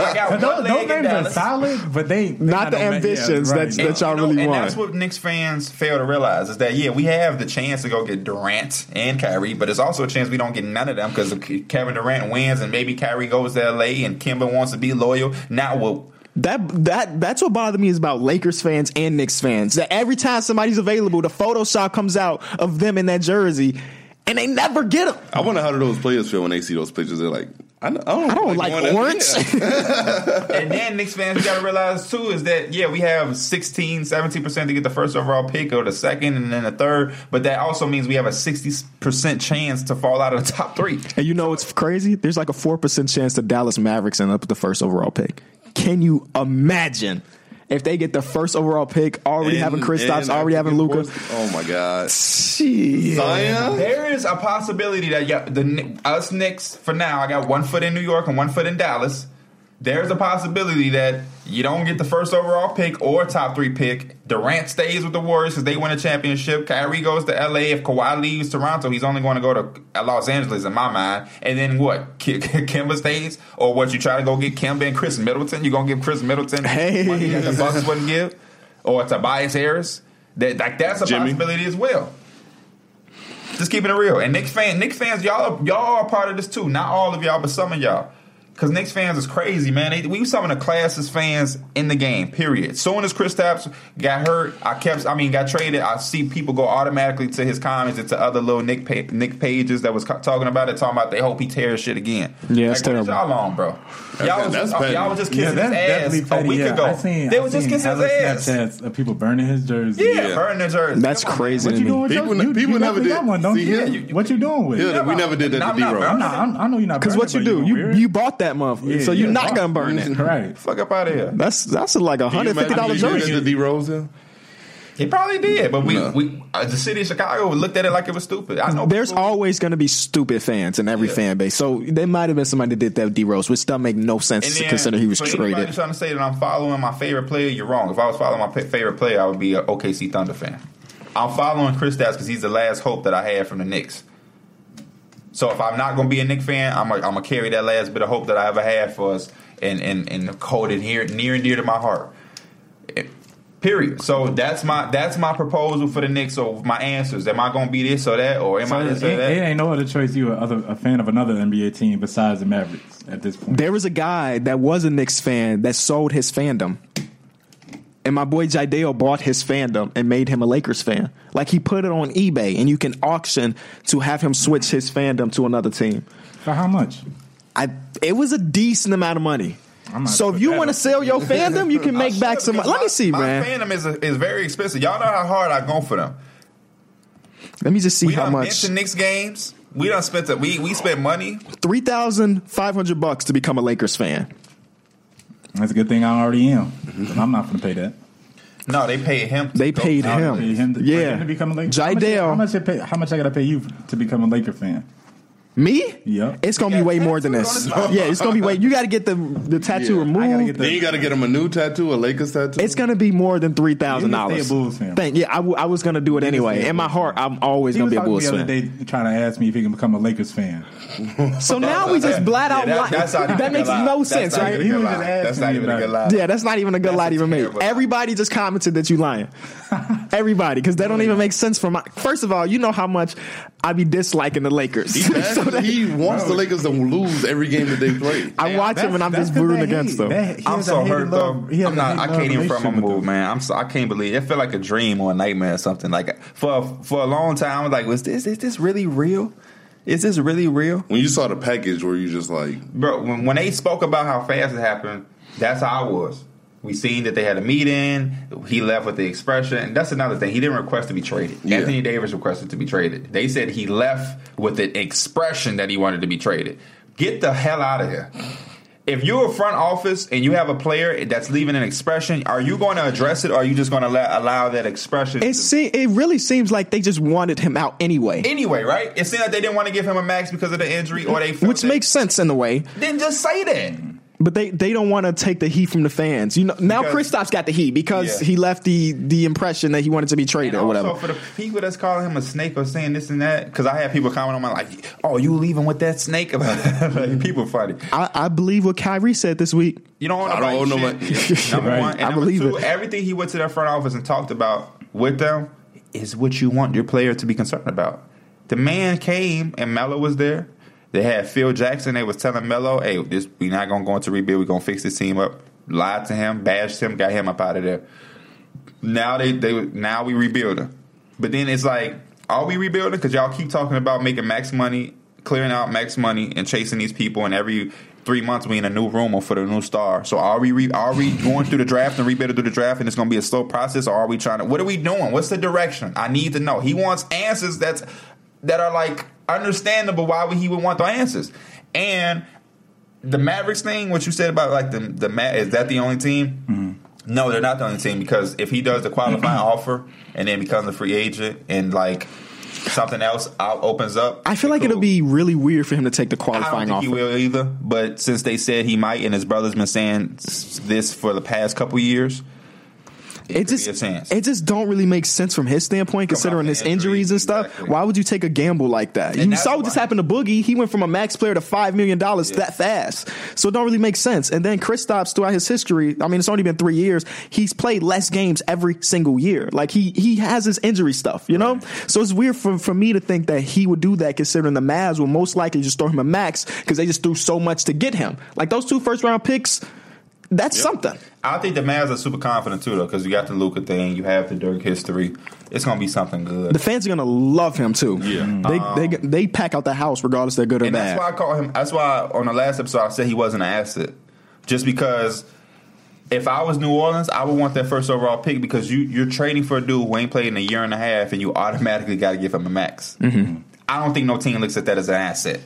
S4: I got one
S3: Those,
S4: leg
S3: those names
S4: in
S3: are
S4: Dallas.
S3: solid, but they they
S1: Not the
S3: on- yeah,
S1: ambitions, that's-
S3: yeah.
S1: that's- that y'all really
S4: and
S1: want.
S4: that's what Knicks fans fail to realize is that yeah, we have the chance to go get Durant and Kyrie, but it's also a chance we don't get none of them because Kevin Durant wins and maybe Kyrie goes to LA and Kimba wants to be loyal. Now well,
S1: That that that's what bothered me is about Lakers fans and Knicks fans. That every time somebody's available, the Photoshop comes out of them in that jersey, and they never get them.
S2: I wonder how do those players feel when they see those pictures? They're like, I don't, I don't,
S1: I don't like
S2: going out-
S1: orange.
S2: Yeah.
S4: and then Knicks fans got to realize too is that yeah, we have 16, 17 percent to get the first overall pick or the second and then the third, but that also means we have a sixty percent chance to fall out of the top three.
S1: And you know what's crazy? There's like a four percent chance the Dallas Mavericks end up with the first overall pick. Can you imagine if they get the first overall pick, already
S2: And-
S1: having Chris
S2: and
S1: Stops,
S2: I
S1: already
S2: think
S1: having
S2: it
S1: Luca?
S2: was- Oh my God, Zion.
S4: There is a possibility that yeah, the Kn- us Knicks for now. I got one foot in New York and one foot in Dallas. There's a possibility that you don't get the first overall pick or top three pick. Durant stays with the Warriors because they win a championship. Kyrie goes to LA. If Kawhi leaves Toronto, he's only going to go to Los Angeles in my mind. And then what? K- K- Kimba stays, or what? You try to go get Kimba and Chris Middleton? You gonna give Chris Middleton
S1: Hey.
S4: money that the Bucks wouldn't give, or Tobias Harris? That like that's a
S2: Jimmy.
S4: possibility as well. Just keeping it real. And Knicks fan, Knicks fans, y'all, are, y'all are part of this too. Not all of y'all, but some of y'all. Cause Knicks fans is crazy, man. They, we some of the classest fans in the game. Period. Soon as Chris Tapps got hurt, I kept, I mean, got traded. I see people go automatically to his comments and to other little Nick pa- Nick pages that was co- talking about it, talking about they hope he tears shit again.
S1: Yeah, it's
S4: what
S1: terrible.
S4: is Y'all on, bro. Y'all was,
S2: that's
S4: just,
S2: petty.
S4: y'all was just
S3: Yeah,
S4: kissing
S3: that's definitely
S4: his ass a
S3: petty,
S4: week
S3: yeah.
S4: ago.
S3: I seen,
S4: they
S3: I
S4: was just
S3: seen
S4: kissing his
S3: hella
S4: ass.
S3: Snapchats of people burning his jersey.
S4: Yeah,
S2: Yeah.
S4: burning his jersey.
S1: That's
S4: Come on, man.
S1: crazy
S3: What
S1: to
S3: you
S1: me.
S3: doing
S2: People
S3: with your,
S2: ne-
S3: you,
S2: people never
S3: you definitely
S2: did-
S3: got one, don't
S2: see
S3: you?
S2: here,
S4: you- you-
S3: What you doing with?
S2: Yeah,
S3: it?
S2: we never did that
S4: I'm
S2: to D
S4: not-
S2: Rob.
S4: I'm
S3: I'm
S4: not-
S3: not, I'm, I know you're not.
S1: Because what you do, you you bought that motherfucker,
S3: Yeah,
S1: so you're
S3: yeah,
S1: not
S3: fuck.
S1: gonna burn it.
S3: right.
S4: Fuck up out of here.
S1: That's that's like a hundred fifty dollar jersey.
S2: The D Rose. yeah?
S4: He probably did, but we,
S2: No.
S4: we uh, the city of Chicago looked at it like it was stupid. I know
S1: There's
S4: people-
S1: always going to be stupid fans in every
S4: Yeah.
S1: fan base. So there might have been somebody that did that with D Rose, which doesn't make no sense
S4: And
S1: to
S4: then,
S1: consider he was
S4: for anybody
S1: traded.
S4: Trying to say that I'm following my favorite player, you're wrong. If I was following my pa- favorite player, I would be an OKC Thunder fan. I'm following Chris Stats because he's the last hope that I had from the Knicks. So if I'm not going to be a Knicks fan, I'm going to carry that last bit of hope that I ever had for us and and and hold it here near and dear to my heart. It- period. So that's my that's my proposal for the Knicks. So my answers: Am I going to be this or that, or am I
S3: it,
S4: this or that?
S3: it ain't no other choice. You a, other, a fan of another NBA team besides the Mavericks at this point.
S1: There was a guy that was a Knicks fan that sold his fandom. And my boy Jideo bought his fandom and made him a Lakers fan. Like he put it on eBay and you can auction to have him switch his fandom to another team.
S3: For how much?
S1: I it was a decent amount of money.
S3: I'm not
S1: So if
S3: put
S1: you
S3: that
S1: want to
S3: up.
S1: sell your fandom, you can
S4: I
S1: make
S4: should,
S1: back some.
S4: because
S1: Let
S4: my-
S1: me see,
S4: my
S1: man.
S4: fandom is is very expensive. Y'all know how hard I go for them.
S1: Let me just see
S4: We
S1: how
S4: done been
S1: much.
S4: to Knicks games. We done spent the we we spent money.
S1: Three thousand five hundred bucks to become a Lakers fan.
S3: That's a good thing I already am. I'm not going to pay that.
S4: No, they paid him. to
S1: They
S4: go
S1: paid
S4: out
S1: him.
S4: there.
S3: Pay him to,
S1: Yeah.
S3: for him to become a Laker.
S1: Jidale.
S3: How much, how much, it pay, how much I got to pay you to become a Laker fan?
S1: Me?
S3: Yep.
S1: It's gonna
S4: Yeah,
S1: be way more than
S4: tattoos
S1: this.
S4: on his-
S1: yeah, it's gonna be way. You got to get the the tattoo
S2: Yeah.
S1: removed.
S3: I gotta get the-
S2: Then you got to get him a new tattoo, a Lakers tattoo.
S1: It's gonna be more than three thousand
S3: You can
S1: dollars.
S3: stay a Bulls fan.
S1: Thank yeah, I, w- I was gonna do it
S3: can
S1: anyway.
S3: stay a
S1: In my
S3: Bulls
S1: heart, I'm always
S3: He
S1: gonna
S3: was
S1: be a
S3: talking
S1: Bulls
S3: the other
S1: fan.
S3: day trying to ask me if he can become a Lakers fan.
S1: So now we just blat out.
S4: Yeah,
S1: lie.
S4: that's not
S1: That,
S4: even a
S1: makes
S4: lie.
S1: no
S4: That's
S1: sense,
S4: not
S1: right?
S4: even a
S3: He was
S4: lie.
S3: just asking
S4: That's not
S3: me
S4: even a
S3: about
S4: good
S3: it.
S4: lie.
S1: Yeah, that's not even a good lie to even make.
S4: terrible lie.
S1: Everybody just commented that you lying. Everybody, because that don't even make sense for my. First of all, you know how much I be disliking the Lakers.
S2: he,
S1: So
S2: bashed-
S1: that-
S2: he wants the Lakers to lose every game that they play.
S1: I watch him and I'm just rooting against them.
S4: I'm so hurt though. I'm not. I can't even front my move, man. I'm so. I can't believe it. Felt like a dream or a nightmare or something. Like for for a long time, I was like, was this is this really real? Is this really real,
S2: When you saw the package, where you just like,
S4: bro? When, when they spoke about how fast it happened, that's how I was. We seen that they had a meeting. He left with the expression. And that's another thing. He didn't request to be traded.
S2: Yeah.
S4: Anthony Davis requested to be traded. They said he left with the expression that he wanted to be traded. Get the hell out of here. if you're a front office and you have a player that's leaving an expression, are you going to address it or are you just going to allow, allow that expression?
S1: It
S4: to-
S1: se- it really seems like they just wanted him out anyway,
S4: anyway, right? It seemed like they didn't want to give him a max because of the injury or they felt
S1: which
S4: that-
S1: makes sense in a way.
S4: Then just say that.
S1: But they, they don't want to take the heat from the fans. You know now
S4: Because-
S1: Kristaps got the heat because
S4: Yeah.
S1: he left the the impression that he wanted to be traded
S4: And
S1: or
S4: also
S1: whatever.
S4: for the people that's calling him a snake or saying this and that, because I had people comment on my like, "Oh, you leaving with that snake?" About that.
S1: Mm-hmm.
S4: like, people funny.
S1: I, I believe what Kyrie said this week.
S4: You don't want
S2: I don't
S4: nobody
S2: owe nobody-
S4: shit. number
S3: Right.
S4: one, and
S1: I
S4: number
S1: believe
S4: two,
S1: it.
S4: everything he went to their front office and talked about with them is what you want your player to be concerned about. The man came and Melo was there. They had Phil Jackson. They was telling Melo, "Hey, this we're not gonna go into rebuild. We're gonna fix this team up." Lied to him, bashed him, got him up out of there. Now they they now we rebuilding, but then it's like, are we rebuilding? Because y'all keep talking about making max money, clearing out max money, and chasing these people. And every three months we in a new room or for the new star. So are we re, are we going through the draft and rebuilding through the draft? And it's going to be a slow process. Or are we trying to? What are we doing? What's the direction? I need to know. He wants answers that's that are like understandable. Why would he would want the answers? And the Mavericks thing, what you said about like the the Ma- is that the only team?
S1: Mm-hmm.
S4: No, they're not the only team because if he does the qualifying offer and then becomes a free agent and like something else out opens up,
S1: I feel like it'll
S4: cool.
S1: be really weird for him to take the
S4: I don't
S1: qualifying
S4: think he
S1: offer.
S4: will either. But since they said he might, and his brother's been saying s- this for the past couple years,
S1: It
S4: could
S1: just
S4: be a chance.
S1: it just don't really make sense from his standpoint, considering
S4: the
S1: his injuries and stuff.
S4: exactly.
S1: Why would you take a gamble like that?
S4: And
S1: you
S4: that's
S1: saw what just
S4: why-
S1: happened to Boogie. He went from a max player to five million dollars that fast. So it don't really make sense. And then Chris Stops throughout his history, I mean it's only been three years, he's played less games every single year. Like he he has his injury stuff, you know? So it's weird for, for me to think that he would do that considering the Mavs will most likely just throw him a max because they just threw so much to get him. Like those two first round picks, that's something.
S4: I think the Mavs are super confident too, though, because you got the Luca thing, you have the Dirk history. It's gonna be something good.
S1: The fans are gonna love him too.
S2: Yeah.
S1: they they they pack out the house regardless they're good or
S4: Mm-hmm. Uh-huh. And
S1: bad.
S4: that's why I call him. That's why on the last episode I said he wasn't an asset, just because if I was New Orleans, I would want that first overall pick because you you're trading for a dude who ain't played in a year and a half, and you automatically got to give him a max.
S1: Mm-hmm.
S4: I don't think no team looks at that as an asset.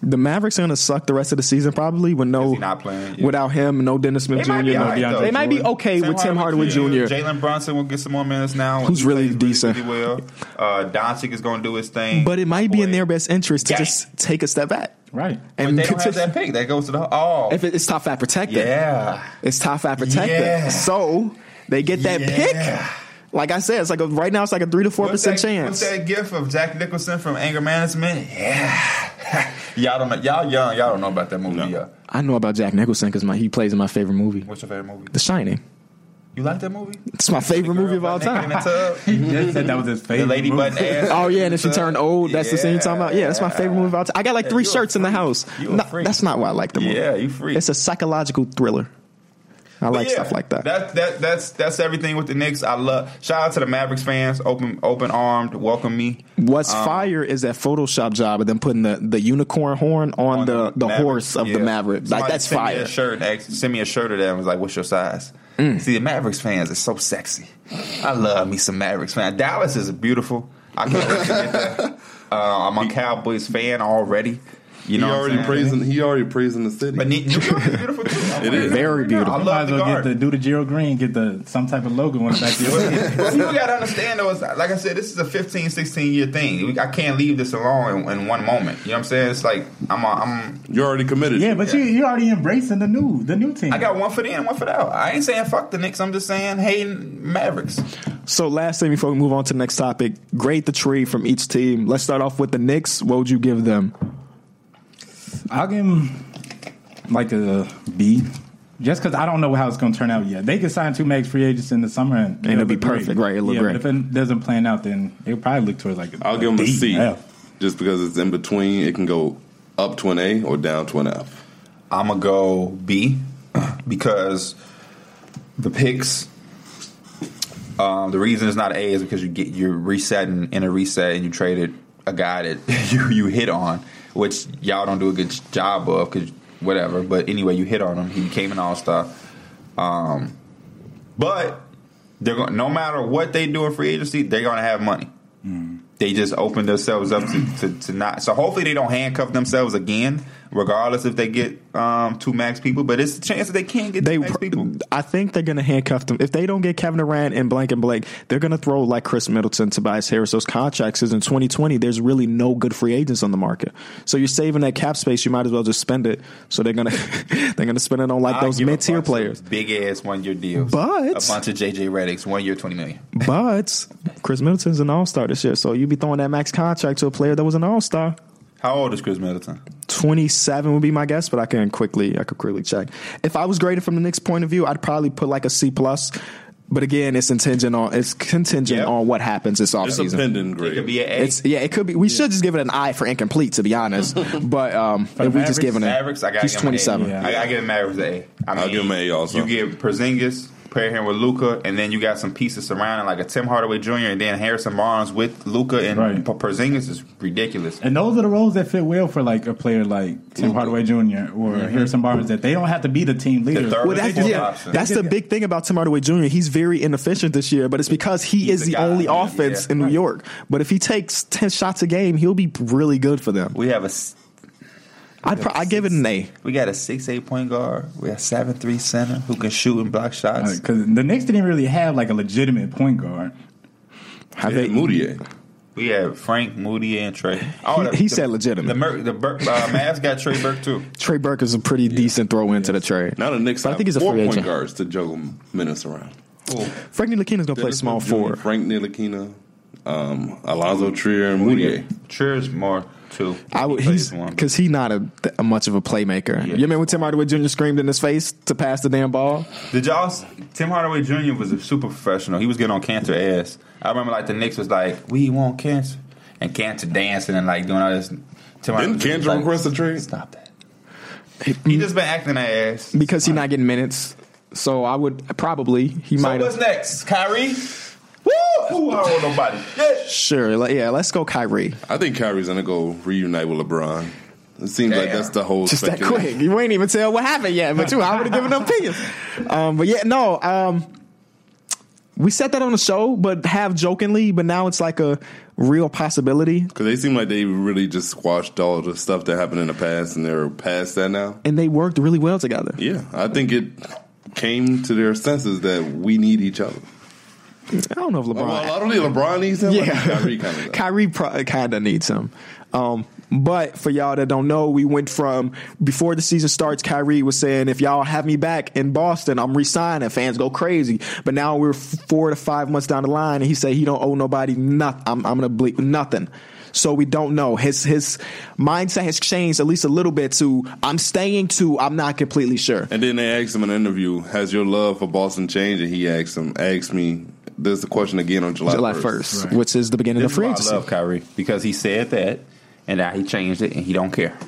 S1: the Mavericks are gonna suck the rest of the season probably with no
S4: Is he not playing? Yeah.
S1: without him, no Dennis Smith Jr.
S4: might be
S1: no
S4: all right,
S1: DeAndre.
S4: though.
S1: They might be okay with Tim Hardaway Jr.
S4: Jalen Brunson will get some more minutes now.
S1: Who's
S4: He
S1: really
S4: plays
S1: decent.
S4: Really well, uh, Doncic is going to do his thing,
S1: But it might be in
S4: Boy.
S1: their best interest to
S4: Yeah.
S1: just take a step back.
S3: Right.
S4: But
S1: And
S4: they don't have that pick that goes to the oh
S1: if it- it's top five protected,
S4: yeah.
S1: it's top five protected.
S4: Yeah.
S1: So they get that
S4: Yeah.
S1: pick. Like I said, it's like a, right now it's like a three to four
S4: What's
S1: percent
S4: that- What's
S1: chance.
S4: that gif of Jack Nicholson from Anger Management? Yeah. y'all don't know. Y'all young. Y'all don't know about that movie. Yeah.
S1: I know about Jack Nicholson because my he plays in my favorite movie,
S4: What's your favorite movie?
S1: The Shining.
S4: You like that movie?
S1: It's my favorite movie of all
S4: Naked
S1: time.
S4: in the tub?
S3: He just said that was his favorite.
S4: The lady
S3: movie.
S4: button ass.
S1: Oh yeah, and if she turned old, that's the scene you're talking about. Yeah, that's my favorite movie of all time. I got like
S4: Yeah,
S1: three
S4: you a
S1: shirts in the
S4: freak.
S1: house.
S4: You a
S1: No,
S4: freak.
S1: that's not why I like the movie.
S4: Yeah, you free.
S1: It's a psychological thriller. I like
S4: But yeah,
S1: stuff like that.
S4: That that that's that's everything with the Knicks. I love. Shout out to the Mavericks fans. Open open armed, welcome me.
S1: What's
S4: um,
S1: fire is that Photoshop job of them putting the, the unicorn horn on, the, the
S4: Mavericks,
S1: horse of the
S4: yeah.
S1: Maverick. Like
S4: Somebody
S1: that's
S4: sent Me
S1: fire. Mm.
S4: a shirt, asked- sent me a shirt of that and was like, "What's your size?" See, the Mavericks fans are so sexy. I love me some Mavericks fan. Dallas is beautiful. I can't wait to get there. Uh, I'm a Cowboys fan already. You
S2: He
S4: know, what
S2: already
S4: I'm saying?
S2: praising. He already praising the city.
S4: But New New York is beautiful too. I'm
S2: It
S4: like,
S2: is.
S1: Very
S4: I
S1: beautiful.
S4: love
S3: Might as
S4: the
S3: well get
S4: guard.
S3: the do the Gerald Green, get the some type of logo on the back of your
S4: But what people got to understand though is like I said, this is a 15, 16 year thing. We- I can't leave this alone in, in one moment. You know what I'm saying? It's like I'm, a, I'm,
S2: You're already committed.
S3: Yeah, but you you already embracing the new the new team.
S4: I got one foot in, one foot out. I ain't saying fuck the Knicks. I'm just saying hating Mavericks.
S1: So last thing before we move on to the next topic, grade the tree from each team. Let's start off with the Knicks. What would you give them?
S3: I'll give him like a B, just because I don't know how it's going to turn out yet. They could sign two max free agents in the summer, and,
S1: it'll be
S3: look great.
S1: perfect, right? It'll look
S3: yeah,
S1: great.
S3: But if it doesn't plan out, then it'll probably look towards like
S2: I'll give him a
S3: D,
S2: C,
S3: F.
S2: just because it's in between. It can go up to an A or down to an F.
S4: I'm gonna go B because the picks. Um, the reason it's not A is because you get you're resetting in a reset and you traded a guy that you you hit on, which y'all don't do a good job of because whatever. But anyway, you hit on him. He became an all star. Um, but they're going no matter what they do in free agency, they're gonna have money they just open themselves up to, to, to not. So hopefully they don't handcuff themselves again, regardless if they get um, two max people. But it's a chance that they can get
S1: They,
S4: two max people.
S1: I think they're going to handcuff them. If they don't get Kevin Durant and Blank and Blake, they're going to throw like Chris Middleton, Tobias Harris. Those contracts is in 2020. There's really no good free agents on the market, so you're saving that cap space. You might as well just spend it. So they're gonna they're gonna spend it on like
S4: I'll
S1: those
S4: give a
S1: mid tier
S4: bunch of
S1: players.
S4: big ass one year deals,
S1: But-
S4: a bunch of JJ Reddicks, one year twenty million.
S1: But Chris Middleton's an all star this year, so you'd be throwing that max contract to a player that was an all star.
S4: How old is Chris Middleton?
S1: 27 would be my guess, but I can quickly I could quickly check. If I was graded from the Knicks' point of view, I'd probably put like a C plus. But again, it's contingent on it's contingent
S4: Yeah.
S1: on what happens this
S2: It's a
S1: offseason.
S2: pending
S4: It could
S2: grade.
S4: be an A.
S1: It's yeah, it could be. We should just give it an I for incomplete, to be honest. but um, if we just
S3: Mavericks,
S1: give it an
S4: Mavericks, I got
S1: he's 27.
S4: I gotta give Mavericks an A. I
S2: I'll give him an A also.
S4: You give Porzingis, pair him with Luca, and then you got some pieces surrounding like a Tim Hardaway Jr. and then Harrison Barnes with Luca and
S3: Right.
S4: P- Porzingis is ridiculous.
S3: And those are the roles that fit well for like a player like
S1: Mm-hmm.
S3: Tim Hardaway Jr. or Harrison Barnes that they don't have to be the team leader.
S4: third
S1: Well, that's,
S4: Fourth
S1: yeah,
S4: option.
S1: that's the big thing about Tim Hardaway Jr. He's very inefficient this year, but it's because he is
S4: He's the
S1: the,
S4: guy.
S1: only
S4: Yeah,
S1: offense
S4: yeah.
S1: in New York. But if he takes 10 shots a game, he'll be really good for them.
S4: We have a s-
S1: I'd pro- I give it an A.
S4: we got a six eight point guard. We have seven three center who can shoot and block shots.
S3: because the Knicks didn't really have like a legitimate point guard.
S1: Have
S2: Yeah,
S1: they-
S2: Moody. A.
S4: We have Frank Moody and Trey.
S1: He- he said legitimate.
S4: The, Mer- the Bur- uh, Mavs got Trey Burke too.
S1: Trey Burke is a pretty decent throw into the trade.
S2: Now the Knicks
S1: But I
S2: have
S1: think he's a
S2: four
S1: free
S2: point
S1: agent.
S2: guards to juggle minutes around.
S1: Frank Ntilikina's gonna play
S2: Dennis
S1: small
S2: Smith Jr.,
S1: forward.
S2: Frank Ntilikina, um, Alonzo Trier, and Moody.
S4: Trier's more too.
S1: I would,
S4: He
S1: he's
S4: plays one.
S1: because he's not a, a much of a playmaker. You remember when Tim Hardaway Jr. screamed in his face to pass the damn ball?
S4: Did y'all? s- Tim Hardaway Jr. was a super professional. He was getting on cancer ass. I remember like the Knicks was like, "We want cancer," and cancer dancing and like doing all this. Tim Hardaway
S2: Didn't
S4: Jr. was
S2: Kendra
S4: like,
S2: request a trade?
S4: Stop that. He just been acting ass.
S1: Mm. Because he's not getting minutes. So I would probably he
S4: So
S1: might
S4: what's next, Kyrie? Woo! Who I don't know nobody. Yeah.
S1: sure like, yeah let's go Kyrie
S2: I think Kyrie's gonna go reunite with LeBron. It seems like
S4: Damn.
S2: that's the whole
S1: just that
S2: speculation.
S1: quick you ain't even tell what happened yet but you I would have given an opinion um, but yeah no um, we said that on the show but have jokingly but now it's like a real possibility
S2: Because they seem like they really just squashed all the stuff that happened in the past, and they're past that now.
S1: and they worked really well together
S2: Yeah, I think it came to their senses that we need each other.
S1: I don't know if LeBron
S2: Well, I don't think LeBron needs him. I think
S1: Yeah,
S2: Kyrie kind of.
S1: Kyrie pro- kind of needs uh, him. Um, But for y'all that don't know, we went from before the season starts, Kyrie was saying, if y'all have me back in Boston, I'm resigning. Fans go crazy. But now we're f- four to five months down the line, and he said he don't owe nobody nothing. I'm, I'm gonna bleep nothing. So we don't know. His his mindset has changed at least a little bit to I'm staying to I'm not completely sure.
S2: And then they asked him in an interview, "Has your love for Boston changed?" And he asked him, "Asked me." There's the question again on July,
S1: July
S2: 1st.
S1: first,
S3: Right.
S1: which is the beginning
S4: This
S1: of
S4: is
S1: free
S4: why I
S1: agency.
S4: love Kyrie because he said that, and now he changed it, and he don't care.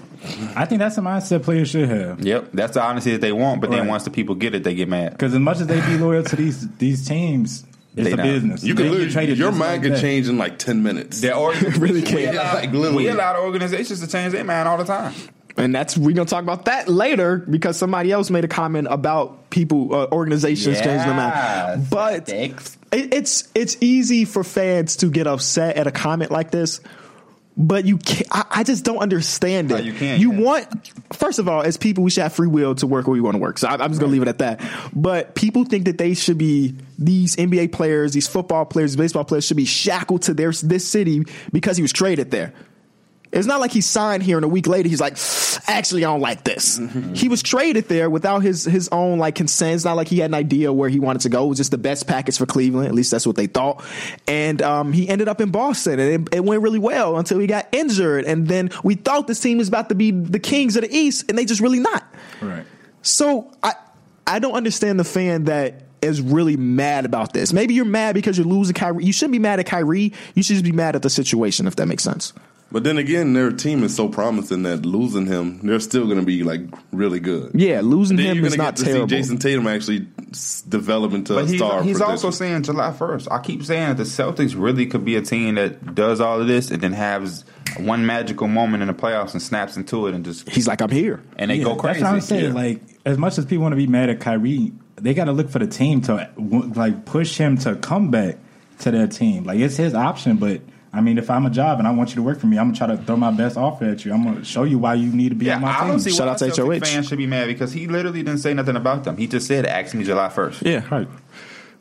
S3: I think that's the mindset players should have.
S4: Yep, that's the honesty that they want. But then
S3: Right.
S4: once the people get it, they get mad.
S3: Because as much as they be loyal to these these teams, it's
S4: They
S3: a
S4: not.
S3: business.
S2: You
S3: They
S2: can
S3: get
S2: literally,
S3: traded
S2: your
S3: just
S2: mind
S3: like
S2: could
S3: that.
S2: change in like ten minutes.
S4: They're already
S1: Really
S4: We
S1: can't.
S4: allow,
S2: Like, literally.
S4: we allow the organizations to change their mind all the time.
S1: and that's we're gonna talk about that later because somebody else made a comment about people uh, organizations changing their
S4: Yes,
S1: mind. But it,
S4: thanks.
S1: it's it's easy for fans to get upset at a comment like this. But you, can't, I, I just don't understand it.
S4: you can't, yeah.
S1: want, first of all, as people, we should have free will to work where we want to work. So I, I'm just gonna leave it at that. But people think that they should be these NBA players, these football players, baseball players should be shackled to their this city because he was traded there. It's not like he signed here and a week later he's like, actually, I don't like this. He was traded there without his his own like consent. It's not like he had an idea where he wanted to go. It was just the best package for Cleveland. At least that's what they thought. And um, he ended up in Boston, and it, it went really well until he got injured. And then we thought this team was about to be the kings of the East, and they just really not.
S3: Right.
S1: So I I don't understand the fan that is really mad about this. Maybe you're mad because you're losing Kyrie. You shouldn't be mad at Kyrie. You should just be mad at the situation, if that makes sense.
S2: But then again, their team is so promising that losing him, they're still going to be like really good.
S1: Yeah, losing
S2: Then
S1: him
S2: you're
S1: is
S2: going to
S1: not
S2: get to
S1: terrible.
S2: see Jason Tatum actually s- develop into a
S4: But he's,
S2: star.
S4: he's
S2: for
S4: also
S2: this.
S4: saying July 1st. I keep saying that the Celtics really could be a team that does all of this and then has one magical moment in the playoffs and snaps into it and just
S1: He's like, I'm here.
S4: and they
S3: Yeah,
S4: go crazy.
S3: That's what I'm saying. Like, as much as people want to be mad at Kyrie, they got to look for the team to like push him to come back to their team. Like, it's his option, but. I mean, if I'm a job and I want you to work for me, I'm gonna try to throw my best offer at you. I'm gonna show you why you need to be
S4: yeah,
S3: on my
S4: I
S3: team.
S4: don't see
S1: Shout
S4: why
S1: out to
S4: Celtic
S1: HOH.
S4: fans should be mad because he literally didn't say nothing about them. He just said, "Ask me July 1st.
S1: Yeah.
S3: Right.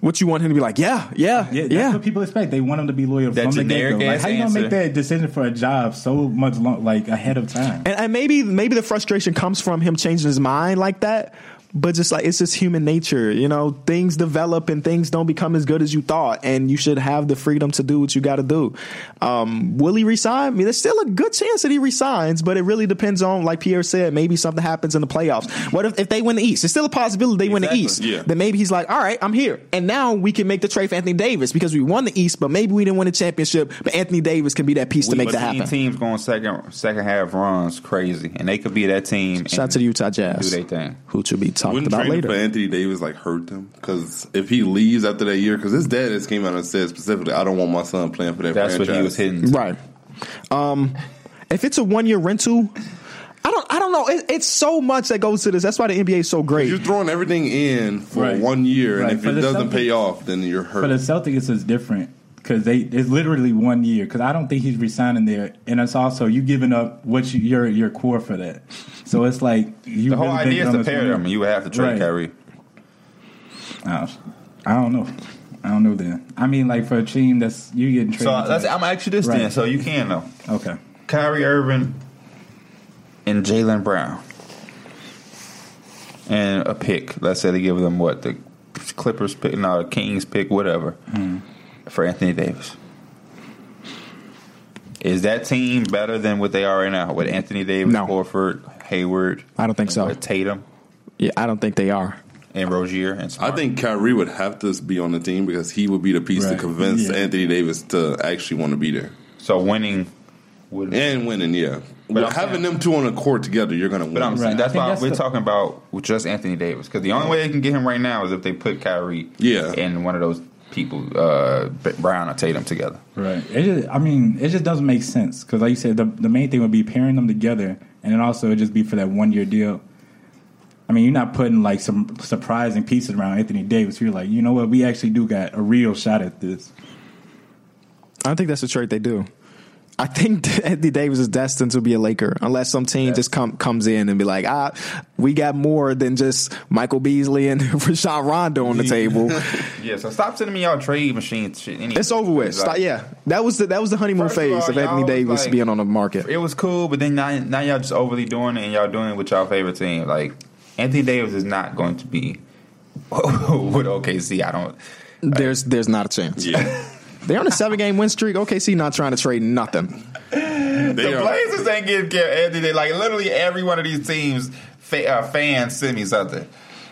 S1: What you want him to be like? Yeah, yeah,
S3: Yeah,
S1: yeah.
S3: that's what people expect. They want them to be loyal
S4: That
S3: from the
S4: generic
S3: get-go. Like,
S4: ass
S3: how you gonna
S4: answer.
S3: make that decision for a job so much long, like ahead of time?
S1: And, and maybe maybe the frustration comes from him changing his mind like that. But just like it's just human nature, you know, things develop and things don't become as good as you thought, and you should have the freedom to do what you got to do. Um, will he resign? I mean, there's still a good chance that he resigns, but it really depends on, like Pierre said, maybe something happens in the playoffs. What if, if they win the East? It's still a possibility they win the East.
S4: Exactly,
S2: yeah.
S1: Then maybe he's like, all right, I'm here, and now we can make the trade for Anthony Davis because we won the East, but maybe we didn't win the championship. But Anthony Davis can be that piece to make
S4: But
S1: that
S4: team-
S1: happen.
S4: Teams going second second half runs crazy, and they could be that team.
S1: Shout out
S4: and
S1: to the Utah Jazz.
S4: Do they thing?
S1: Who to be talked
S2: Wouldn't
S1: about
S2: trading for
S1: later.
S2: Anthony Davis like hurt them? Because if he leaves after that year, because his dad has came out and said specifically, "I don't want my son playing for that."
S4: That's
S2: franchise.
S4: what he was hitting.
S1: Right. Um, if it's a one year rental, I don't I don't know. It, it's so much that goes to this. That's why the NBA is so great.
S2: You're throwing everything in for
S3: Right.
S2: one year,
S3: Right.
S2: and if
S3: For
S2: it
S3: the
S2: doesn't
S3: Celtics-
S2: pay off, then you're hurt.
S3: For the Celtics, it's different because they it's literally one year. Because I don't think he's resigning there, and it's also you giving up what you, your your core for that. So it's like you
S4: The whole
S3: really
S4: idea
S3: banking
S4: is
S3: on
S4: to
S3: this
S4: pair
S3: one
S4: them. and You would have to trade
S3: Right.
S4: Kyrie.
S3: I I don't know. I don't know. Then I mean, like for a team that's you getting traded.
S4: So
S3: to-
S4: that's, I'm actually this
S3: Right.
S4: then. So you can though.
S3: okay.
S4: Kyrie Irving and Jalen Brown and a pick. Let's say they give them what the Clippers pick, no, the Kings pick, whatever
S1: Mm-hmm.
S4: for Anthony Davis. Is that team better than what they are right now with Anthony Davis,
S1: No.
S4: Horford, Hayward?
S1: I don't think so.
S4: with Tatum
S1: Yeah, I don't think they are.
S4: and Rozier and
S2: I
S4: Smart.
S2: think Kyrie would have to be on the team because he would be the piece to
S3: Right.
S2: convince
S3: Yeah.
S2: Anthony Davis to actually want to be there
S4: so. Winning would
S2: and winning. Yeah,
S4: But I'm
S2: having
S4: saying-
S2: them two on the court together, you're going to win.
S4: But I'm saying
S3: Right.
S4: that's
S3: I think
S4: why
S3: that's
S4: we're
S3: the-
S4: talking about with just Anthony Davis because the only way they can get him right now is if they put Kyrie,
S2: Yeah.
S4: and one of those people, uh, B- Brown or Tatum together.
S3: Right. It just, I mean, it just doesn't make sense because, like you said, the the main thing would be pairing them together, and then also it just be for that one year deal. I mean, you're not putting like some surprising pieces around Anthony Davis. You're like, you know what? We actually do got a real shot at this.
S1: I don't think that's a trade they do. I think Anthony Davis is destined to be a Laker unless some team just come comes in and be like, ah, we got more than just Michael Beasley and Rashawn Rondo on the table.
S4: Yeah, so stop sending me y'all trade machine shit. Anyway.
S1: It's over with.
S4: Like,
S1: Stop- yeah, that was the that was the honeymoon
S4: First of
S1: phase
S4: all,
S1: of Anthony
S4: y'all was
S1: Davis
S4: like-
S1: being on the market.
S4: It was cool, but then now, now y'all just overly doing it and y'all doing it with y'all favorite team. Like Anthony Davis is not going to be with OKC. I don't.
S1: There's there's not a chance.
S2: Yeah,
S1: They're on a seven game win streak. OKC not trying to trade nothing.
S2: they
S4: The
S2: are.
S4: Blazers ain't giving Kev Anthony. Day- Like literally every one of these teams, fa- uh, fans send me something.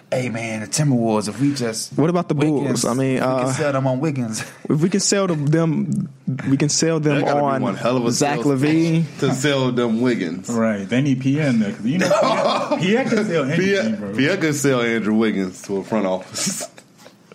S4: Hey man, the Timberwolves. If we just
S1: What about the Bulls? I mean,
S4: we
S1: uh,
S4: can sell them on Wiggins.
S1: If we can sell them, them we can sell them
S2: That gotta be
S1: on
S2: one hell of a
S1: Zach
S2: sales
S1: Levine.
S2: pitch to sell them Wiggins.
S3: Right. They need PN there because you know PN, PN can sell anything,
S2: Pia,
S3: bro.
S2: Pia could sell Andrew Wiggins to a front office.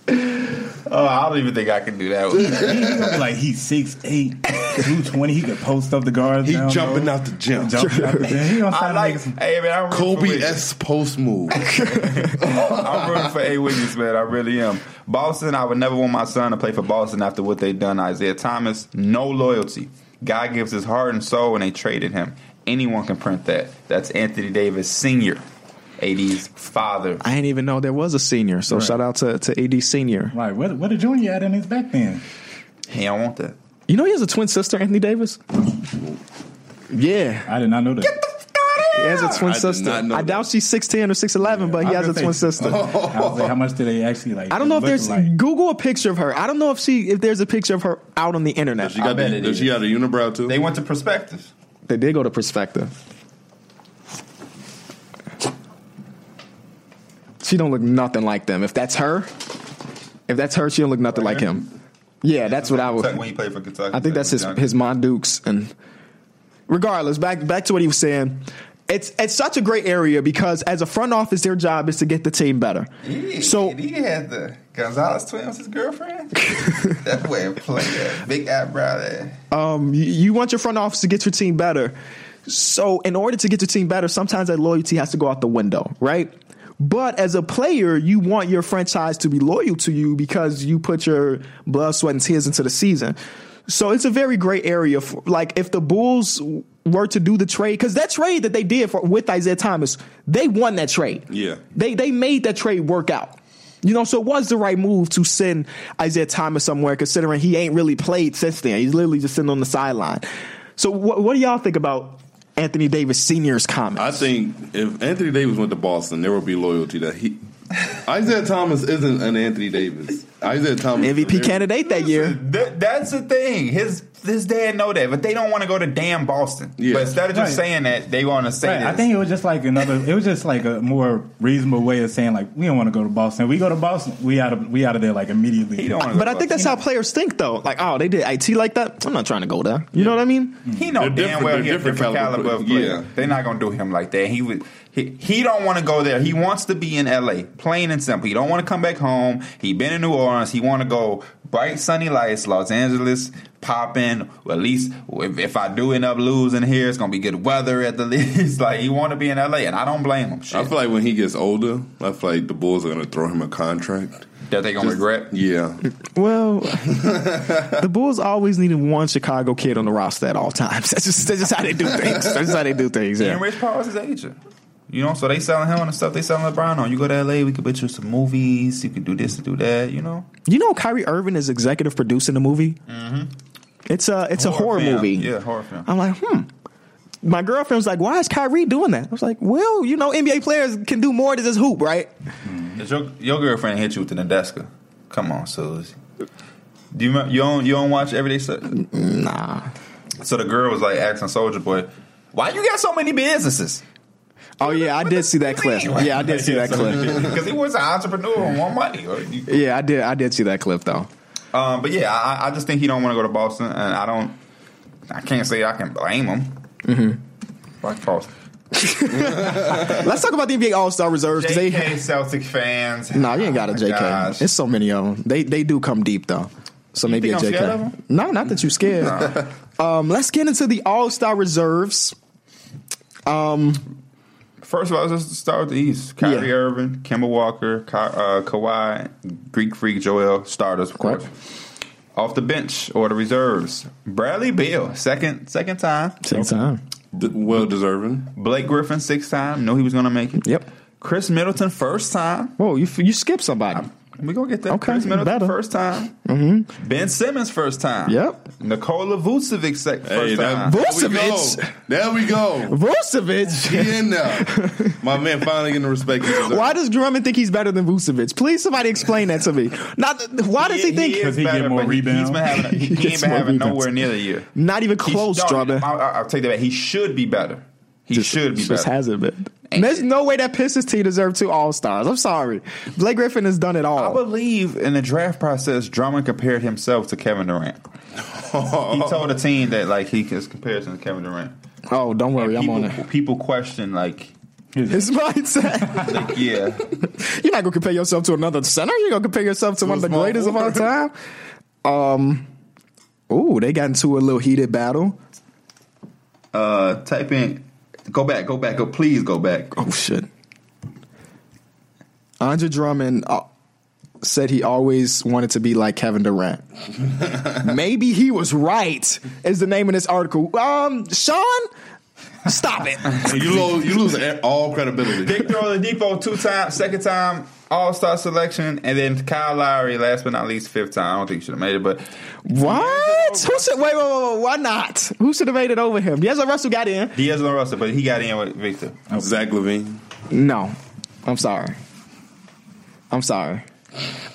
S4: oh, I don't even think I can do that.
S3: He- he gonna be like he's 6'8", 220. He could post up the guards.
S2: He
S3: down,
S2: jumping
S3: bro.
S2: out the gym.
S3: Jumping out the gym. He gonna
S4: I
S3: start
S4: like.
S3: making some-
S4: Hey man, I'm rooting for
S2: Kobe
S4: Wiggins.
S2: S post move.
S4: I'm rooting for A. Wiggins, man. I really am. Boston, I would never want my son to play for Boston after what they done. Isaiah Thomas, no loyalty. God gives his heart and soul, and they traded him. Anyone can print that. That's Anthony Davis Sr., AD's father.
S1: I didn't even know there was a senior. So shout out to, to AD senior.
S3: Right. What, what did Junior add in his back then?
S4: He don't want that.
S1: You know he has a twin sister, Anthony Davis. Yeah,
S3: I did not know that.
S1: he has a twin
S2: I did
S1: sister.
S2: not know
S1: I doubt
S2: that.
S1: she's six ten or six eleven, but he
S3: I
S1: has a
S3: was
S1: twin
S3: gonna say-
S1: sister.
S3: I was like, how much do they actually like?
S1: I don't know if
S3: look
S1: there's
S3: like?
S1: Google a picture of her. I don't know if she if there's a picture of her out on the internet.
S2: She got
S4: bet
S2: the,
S4: it
S2: does
S4: is.
S2: she got a unibrow too?
S4: They went to perspectives.
S1: They did go to perspective. She don't look nothing like them. If that's her, if that's her, she don't look nothing like him. Yeah, that's what I would.
S4: When he played for Kentucky,
S1: I think that's his
S4: Young.
S1: his Mondukes and regardless, back back to what he was saying. It's it's such a great area because as a front office, their job is to get the team better.
S4: Yeah,
S1: So
S4: he had the Gonzalez twins, his girlfriend. that way of playing, big eyebrow there.
S1: um, you, you want your front office to get your team better. So in order to get your team better, sometimes that loyalty has to go out the window, right? But as a player, you want your franchise to be loyal to you because you put your blood, sweat, and tears into the season. So it's a very great area. For, like if the Bulls were to do the trade, because that trade that they did for, with Isaiah Thomas, they won that trade.
S2: Yeah.
S1: They they made that trade work out. You know, so it was the right move to send Isaiah Thomas somewhere, considering he ain't really played since then. He's literally just sitting on the sideline. So, what, what do y'all think about Anthony Davis Senior's comment?
S2: I think if Anthony Davis went to Boston, there would be loyalty that he. Isaiah Thomas isn't an Anthony Davis. Isaiah Thomas
S1: MVP candidate that year.
S4: That, that's the thing. His his dad know that, but they don't want to go to damn Boston.
S2: Yeah.
S4: But instead of just
S3: Right.
S4: saying that, they want to say
S3: Right,
S4: this.
S3: I think it was just like another. It was just like a more reasonable way of saying like we don't want to go to Boston. We go to Boston, we out of we out of there like immediately.
S4: he don't. Wanna go
S1: But
S4: to
S1: I think
S4: Boston.
S1: that's how players think, though. Like, oh, they did IT like that. I'm not trying to go there. You know what I mean?
S4: he know
S2: They're
S4: damn
S2: different-
S4: well
S2: they're
S4: he a
S2: different
S4: different caliber.
S2: caliber
S4: of
S2: player.
S4: player.
S2: Yeah.
S4: They're not gonna do him like that. He would. He, he don't want to go there. He wants to be in LA, plain and simple. He don't want to come back home. He been in New Orleans. He want to go bright sunny lights, Los Angeles, popping. At least if, if I do end up losing here, it's gonna be good weather at the least. like he want to be in LA, and I don't blame him. Shit.
S2: I feel like when he gets older, I feel like the Bulls are going to throw him a contract.
S4: that they gonna regret.
S2: Yeah,
S1: Well, the Bulls always needed one Chicago kid on the roster at all times. That's just, that's just how they do things. That's just how they do things. Yeah.
S4: And Rich Paul is his agent. You know, so they selling him on the stuff they selling LeBron on. You go to LA, we could put you some movies. You could do this and do that. You know,
S1: You know, Kyrie Irving is executive producing a movie. Mm-hmm. It's a it's a horror
S4: film.
S1: movie.
S4: Yeah, horror film.
S1: I'm like, hmm. My girlfriend was like, "Why is Kyrie doing that?" I was like, "Well, you know, NBA players can do more than just hoop, right?"
S4: Did your your girlfriend hit you with the Nadeska? Come on, Susie. Do you remem- you don't you don't watch Everyday Stuff?
S1: Nah.
S4: So the girl was like asking Soldier Boy, "Why you got so many businesses?"
S1: Oh yeah, I did see that clip. Yeah, I did see that clip.
S4: because he was an entrepreneur and want money. or you-
S1: Yeah, I did. I did see that clip though.
S4: Um, but yeah, I, I just think he don't want to go to Boston, and I don't. I can't say I can blame him. Mm-hmm. Like Boston.
S1: Let's talk about the NBA All Star reserves because
S4: JK
S1: they.
S4: Celtic fans.
S1: Nah, you ain't got a
S4: Oh my
S1: JK.
S4: gosh.
S1: It's so many of them. They they do come deep though. So maybe
S4: think
S1: a
S4: I'm
S1: JK.
S4: scared of 'em?
S1: No, not that you scared. Um, let's get into the All Star reserves.
S4: First of all, let's just start with the East. Kyrie
S1: Yeah.
S4: Irving, Kemba Walker, Ka- uh, Kawhi, Greek Freak, Joel, starters, of course. off the bench or the reserves. Bradley Beal, second second time.
S1: Same time.
S2: D- well deserving.
S4: Blake Griffin, sixth time. Knew he was going to make it.
S1: Yep.
S4: Chris Middleton, first time.
S1: Whoa, you you skipped somebody.
S4: We gonna get that.
S1: Okay,
S4: Chris Middleton,
S1: better.
S4: first time. Mm-hmm. Ben Simmons, first time.
S1: Yep.
S4: Nikola Vucevic, sec- first
S2: Hey,
S4: time.
S2: that, there we go.
S1: Vucevic.
S2: There we go.
S1: Vucevic.
S2: He in there. My man finally getting the respect. he deserves.
S1: Why does Drummond think he's better than Vucevic? Please, somebody explain that to me. Not why does he, think?
S4: is
S3: 'Cause he get
S4: better,
S3: more
S4: but He's
S3: rebounds?
S4: been having. he, he
S1: gets
S4: ain't been
S1: more
S4: having
S1: rebounds.
S4: nowhere near the year.
S1: not even close,
S4: He- no,
S1: Drummond.
S4: I'll, I'll take that back. He should be better. He
S1: Just-
S4: should be
S1: just
S4: better.
S1: hasn't been. There's no way that Pistons team deserved two All Stars. I'm sorry, Blake Griffin has done it all.
S4: I believe in the draft process, Drummond compared himself to Kevin Durant. He told the team that like he his comparison to Kevin Durant.
S1: oh, don't worry, I'm
S4: people,
S1: on it.
S4: people question like,
S1: His mindset.
S4: like yeah,
S1: You're not gonna compare yourself to another center. You're gonna compare yourself to one of the
S2: a small
S1: greatest of all
S2: forward.
S1: time. Um, ooh, they got into a little heated battle.
S4: uh, type in, go back, go back, go please go back.
S1: Oh shit. Andre Drummond uh, said he always wanted to be like Kevin Durant. Maybe he was right. Is the name of this article? Um, Sean, stop it.
S2: you lose, you lose all credibility.
S4: Victor Oladipo two time, second time All Star selection, and then Kyle Lowry last but not least fifth time. I don't think he should have made it, but
S1: what? Who should wait? Wait, wait, wait, Why not? Who should have made it over him? D'Angelo Russell got in.
S4: D'Angelo Russell, but he got in with Victor.
S2: Zach Levine.
S1: No, I'm sorry. I'm sorry.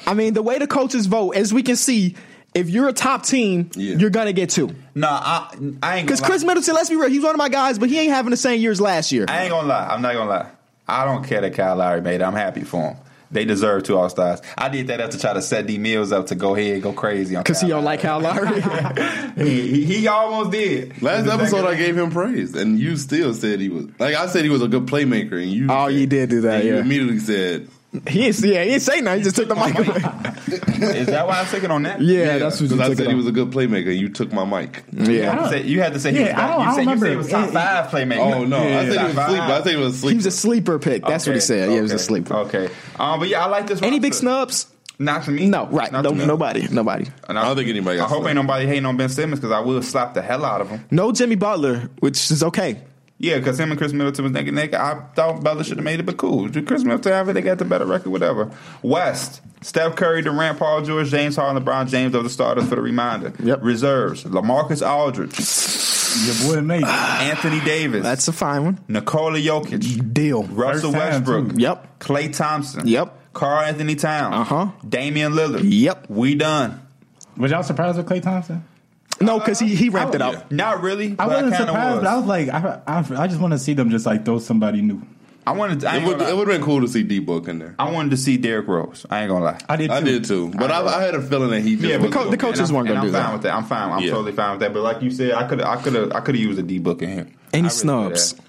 S1: I mean, the way the coaches vote, as we can see, if you're a top team,
S2: Yeah.
S1: you're gonna get two.
S4: No, I, I ain't gonna
S1: Because
S4: lie.
S1: Chris Middleton, let's be real, he's one of my guys, but he ain't having the same years last year.
S4: I ain't gonna lie. I'm not gonna lie. I don't care that Kyle Lowry made it. I'm happy for him. They deserve two All Stars. I did that up to try to set D Mills up to go ahead, go crazy on
S1: Because he
S4: Kyle
S1: don't like Kyle Lowry.
S4: Lowry. he, he, he almost did.
S2: Last
S4: The
S2: episode,
S4: second-
S2: I gave him praise, and you still said he was like I said he was a good playmaker, and you
S1: Oh,
S2: said-
S1: you did do that,
S2: and You
S1: yeah.
S2: immediately said
S1: he didn't, yeah, he didn't say nothing. He just took the mic away.
S4: is that why I'm taking on that?
S1: Yeah, that's what you
S2: 'cause I
S1: took
S2: said
S1: it
S2: he
S1: on.
S2: was a good playmaker. and You took my mic.
S4: You had
S1: yeah.
S4: to say, you had to say he
S3: Yeah,
S4: was.
S3: I don't-
S4: Back. You
S3: I don't
S4: said, you said he
S3: remember.
S4: was top
S3: It- it-
S4: five playmaker.
S2: Oh no, I said he was
S4: Top
S2: asleep. I
S4: five.
S2: think he was asleep.
S1: He was a sleeper pick. That's what he
S4: Okay,
S1: said. Yeah, he was a
S4: okay,
S1: sleeper.
S4: Okay. Um, but yeah, I like this.
S1: Any big
S4: roster.
S1: snubs?
S4: Not to me.
S1: No, right.
S4: Not
S1: No,
S4: to me.
S1: nobody. Nobody.
S4: And
S2: I don't think anybody
S4: I
S2: got
S4: hope
S2: snubbed.
S4: ain't nobody hating on Ben Simmons because I will slap the hell out of him.
S1: No Jimmy Butler, which is okay.
S4: Yeah, because him and Chris Middleton was neck and neck. I thought Butler should have made it, but cool. Chris Middleton, have it, they got the better record, whatever. West, Steph Curry, Durant, Paul George, James Harden, LeBron James are the starters for the reminder.
S1: Yep.
S4: Reserves, LaMarcus Aldridge,
S3: Your boy made it.
S4: Anthony Davis,
S1: That's a fine one.
S4: Nikola Jokic,
S1: Deal.
S4: Russell
S3: First time,
S4: Westbrook,
S3: too.
S1: Yep.
S4: Clay Thompson,
S1: Yep.
S4: Carl Anthony Towns,
S1: Uh-huh.
S4: Damian Lillard,
S1: Yep.
S4: we done.
S3: Was y'all surprised with Clay Thompson?
S1: No, because he, he
S4: Oh,
S1: wrapped it
S2: yeah.
S1: up.
S4: Not really,
S3: I
S4: but I,
S3: wasn't
S4: kind of
S3: surprised,
S4: was.
S3: but I was like, I, I, I just want to see them just like throw somebody new.
S4: I wanted, I,
S2: It
S4: ain't
S2: would
S4: gonna
S2: it
S4: lie.
S2: would have been cool to see D Book in there.
S4: I wanted to see Derrick Rose. I ain't gonna lie.
S3: I did. Too.
S2: I did too, but I, I had a feeling that he just
S4: Yeah,
S2: wasn't
S1: the co- the
S2: gonna
S1: coaches
S4: And I'm-
S1: weren't gonna
S4: and
S1: do that.
S4: I'm fine with that. I'm fine. I'm
S2: Yeah.
S4: totally fine with that. But like you said, I could I could have I could have used a D book in him.
S1: Any
S4: I do
S1: snubs?
S4: that.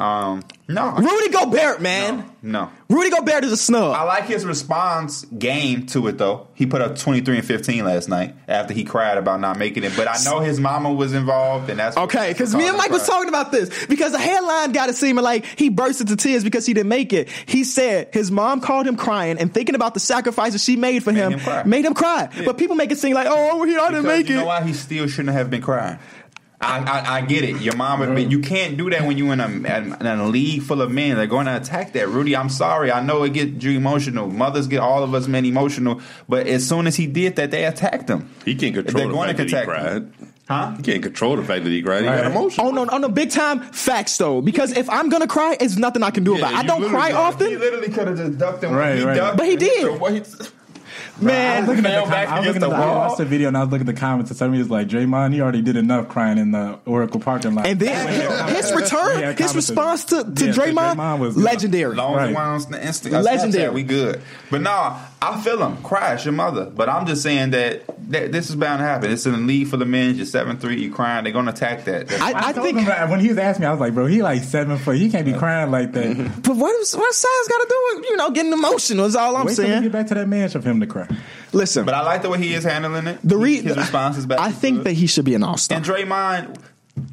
S4: Um, no,
S1: Rudy Gobert, man.
S4: no.
S1: Rudy Gobert is a snub.
S4: I like his response game to it though. He put up 23 and 15 last night after he cried about not making it. But I know his mama was involved, and that's what-
S1: Okay,
S4: that's
S1: because
S4: what
S1: me and
S4: caused
S1: Mike
S4: the
S1: was
S4: cry.
S1: talking about this because the headline got it seeming like he burst into tears because he didn't make it. He said his mom called him crying and thinking about the sacrifices she made for him,
S4: him cry.
S1: made him cry.
S4: Yeah.
S1: But people make it seem like, oh, over here, I didn't
S4: Because
S1: make
S4: you
S1: it.
S4: know why he still shouldn't have been crying. I, I, I get it. Your mom, but you can't do that when you're in a, in a league full of men. They're going to attack that. Rudy, I'm sorry. I know it gets you emotional. Mothers get all of us men emotional. But as soon as he did that, they attacked him.
S2: He can't control
S4: They're
S2: the
S4: going
S2: fact
S4: to
S2: that he
S4: protect
S2: cried.
S4: Huh?
S2: He can't control the fact that he cried. He got
S3: Right.
S2: emotional.
S1: Oh no, on the big time facts though, because if I'm gonna cry, it's nothing I can do
S2: Yeah,
S1: about. it. I
S2: you
S1: don't
S2: literally
S1: cry
S2: got-
S4: He
S1: often,
S4: literally could have just ducked him.
S3: Right,
S4: he
S3: right.
S4: ducked
S1: But he
S4: him.
S1: did.
S4: So what he-
S1: man.
S3: I was looking at
S4: Fell
S3: the,
S4: back
S3: com- I was
S4: against
S3: looking at
S4: the
S3: the, I
S4: wall.
S3: watched the video and I was looking at the comments and somebody was like, Draymond, he already did enough crying in the Oracle parking lot.
S1: And
S3: Yeah,
S1: then his, his return,
S3: yeah,
S1: his
S3: commented.
S1: response to, to
S3: Yeah,
S1: Draymond,
S3: good.
S1: legendary.
S4: Long as
S3: Right.
S4: it went on the Insta-
S1: Legendary.
S4: Legendary. we good. But nah, I feel him. Crash your mother. But I'm just saying that, that this is bound to happen. It's in the league for the men. You're seven three. You crying. They're gonna attack that. That's-
S1: I,
S3: I,
S1: I
S3: told
S1: think,
S3: him that when he was asking me, I was like, bro, he like seven foot. He can't be crying like that.
S1: but what is, what size got to do with you know getting emotional? Is all I'm
S3: Wait till we
S1: saying.
S3: get back to that mansion for him to cry.
S1: Listen,
S4: but I like the way he is handling it.
S1: The re-
S4: his response is back.
S1: I think that he should be an all star.
S4: and Draymond.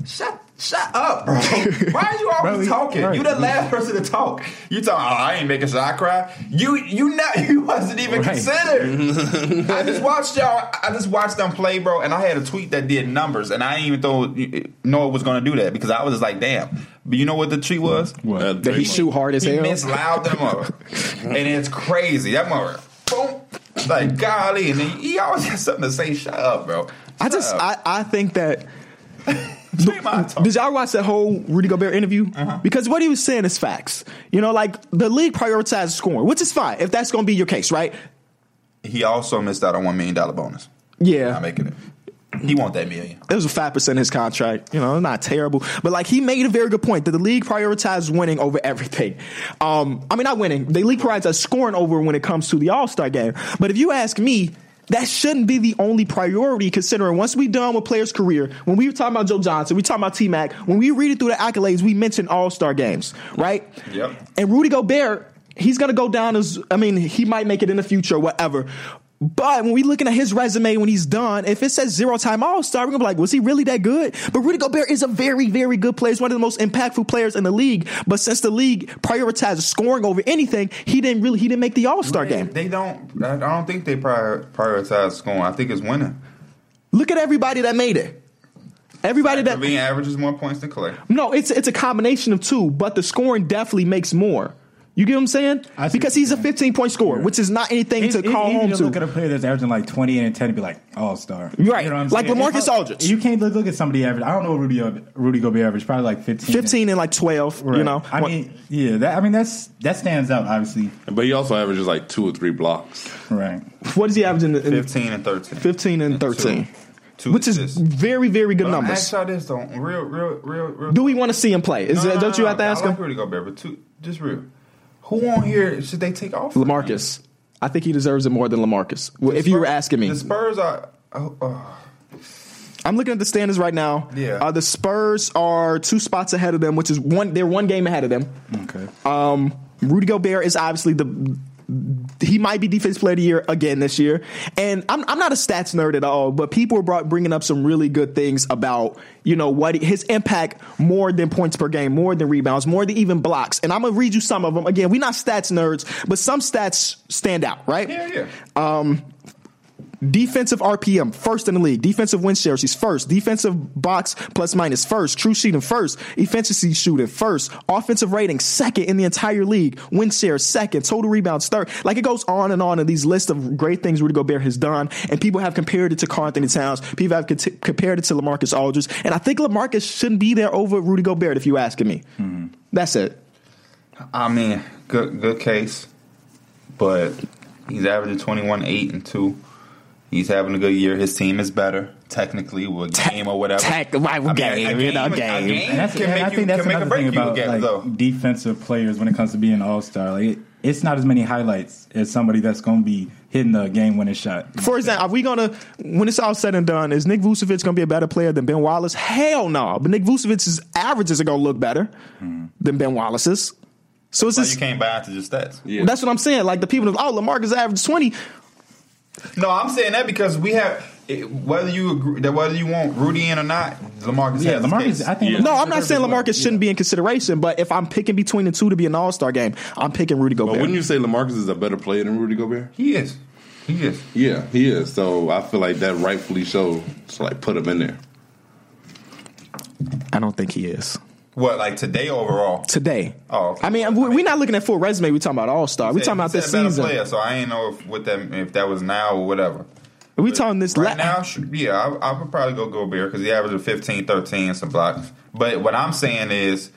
S4: Shut Shut up, bro. Why are you
S3: Bro,
S4: always
S3: he-
S4: talking?
S3: right.
S4: You the last person to talk. You talking, oh, I ain't making sure I cry. You you not you wasn't even
S3: Right.
S4: considered. I just watched y'all I just watched them play, bro, and I had a tweet that did numbers and I didn't even throw, know it was gonna do that because I was just like, damn. But you know what the tweet was?
S3: What?
S2: Uh,
S1: That he
S2: Draymond.
S1: shoot hard as
S4: He
S1: hell.
S4: mislowed them up. and it's crazy. That mother, boom. Like, golly. And then he always has something to say. Shut up, bro.
S1: I just
S4: Shut up.
S1: I, I think that
S4: Draymond talk. Uh-huh.
S1: Did y'all watch that whole Rudy Gobert interview? Because what he was saying is facts. You know, like the league prioritizes scoring, which is fine if that's going to be your case, right?
S4: He also missed out on $1 million bonus.
S1: Yeah,
S4: Not making it. He want that million.
S1: it was a five percent his contract. You know, not terrible, but like he made a very good point that the league prioritizes winning over everything. Um, I mean, not winning. The league prioritizes scoring over when it comes to the All Star game. But if you ask me. That shouldn't be the only priority, considering once we done with players' career, when we were talking about Joe Johnson, we talking about T Mac, when we read it through the accolades, we mention All Star games, right?
S4: Yep.
S1: And Rudy Gobert, he's gonna go down as I mean, he might make it in the future, whatever. But when we looking at his resume when he's done, if it says zero time All Star, we're gonna be like, was he really that good? But Rudy Gobert is a very, very good player. He's one of the most impactful players in the league. But since the league prioritizes scoring over anything, he didn't really he didn't make the All Star game.
S4: They don't. I don't think they prior, prioritize scoring. I think it's winning.
S1: Look at everybody that made it. Everybody that
S4: Levine averages more points than Clay.
S1: No, it's it's a combination of two, but the scoring definitely makes more. You get what I'm saying?
S3: I see
S1: Because
S3: what you're
S1: he's a
S3: saying.
S1: 15 point scorer, which is not anything
S3: It's
S1: to call
S3: easy
S1: home
S3: to
S1: to.
S3: look at a player that's averaging like 20 and 10 and be like, all star.
S1: Right. Like LaMarcus Aldridge.
S3: You can't look, look at somebody average. I don't know what Rudy, Rudy Gobert average, probably like 15.
S1: 15 and like 12,
S3: Right.
S1: you know.
S3: I
S1: What-
S3: mean, yeah, that, I mean, that's that stands out, obviously.
S2: But he also averages like two or three blocks.
S3: Right.
S1: what is he averaging in the- in the-
S4: Fifteen and thirteen.
S1: 15 and
S4: Two.
S1: 13,
S4: Two
S1: which is
S4: assists.
S1: very very good
S4: But I'm
S1: numbers.
S4: ask y'all this though. Real, real, real, real.
S1: Do we want to see him play? Is
S4: No, no,
S1: that, don't
S4: no,
S1: you
S4: no.
S1: have to ask
S4: I like
S1: him?
S4: Rudy Gobert, but two, just real. Who on here should they take off?
S1: LaMarcus. I think he deserves it more than LaMarcus. Well, if you were asking me.
S4: the Spurs are. Oh, oh.
S1: I'm looking at the standings right now.
S4: Yeah.
S1: Uh, the Spurs are two spots ahead of them, which is one they're one game ahead of them.
S3: Okay.
S4: Uh,
S1: Um, Rudy Gobert is obviously the he might be defense player of the year again this year. And I'm I'm not a stats nerd at all, but people are brought, bringing up some really good things about you know what his impact more than points per game, more than rebounds, more than even blocks. And I'm gonna read you some of them. Again, we're not stats nerds, but some stats stand out, right?
S4: yeah, yeah.
S1: Defensive RPM, first in the league. Defensive win shares, he's first. Defensive box plus minus, first. True shooting, first. Efficiency shooting, first. Offensive rating, second in the entire league. Win shares, second. Total rebounds, third. Like it goes on and on in these lists of great things Rudy Gobert has done. And people have compared it to Carl Anthony Towns. People have cont- compared it to Lamarcus Aldridge. And I think Lamarcus shouldn't be there over Rudy Gobert, if you're asking me. That's it.
S4: I mean, good good case, but he's averaging twenty one eight and two. He's having a good year. His team is better technically with
S1: Tech-
S4: game or whatever.
S1: tech- rival game, you know, game.
S4: A game
S3: And, that's,
S4: can
S3: and
S4: make
S3: I
S4: you
S3: think that's
S4: can make a
S3: another
S4: break
S3: thing
S4: you
S3: about
S4: again,
S3: like,
S4: though.
S3: defensive players when it comes to being an all star. Like, it, it's not as many highlights as somebody that's going to be hitting the game winning shot.
S1: For example, are we gonna when it's all said and done, is Nick Vucevic gonna be a better player than Ben Wallace? Hell no. But Nick Vucevic's averages are gonna look better than Ben Wallace's. So it's
S4: So you
S1: just
S4: can't buy into just stats.
S1: that's what I'm saying. Like the people, oh, Lamarcus average twenty.
S4: No, I'm saying that because we have it- whether you agree that whether you want Rudy in or not, Lamarcus.
S3: Yeah,
S4: has his
S3: Lamarcus.
S4: case.
S3: I think.
S2: Yeah.
S1: No, I'm not saying
S3: deserves it.
S1: Lamarcus shouldn't be in consideration, but if I'm picking between the two to be an All Star game, I'm picking Rudy
S2: But
S1: Gobert.
S2: wouldn't you say LaMarcus is a better player than Rudy Gobert?
S4: he is. He is.
S2: Yeah, he is. So I feel like that rightfully so. So like put him in there.
S1: I don't think he is
S4: What like today overall?
S1: today.
S4: Oh, okay.
S1: I mean, we- we're not looking at full resume. We're talking about All Star. We're
S4: He
S1: talking about
S4: said
S1: this
S4: better
S1: season.
S4: Player, so I ain't know if what that if that was now or whatever.
S1: We're talking this
S4: Right
S1: la-
S4: now, sh- yeah, I, I would probably go Gobert because he averages 15, 13, some blocks. But what I'm saying is,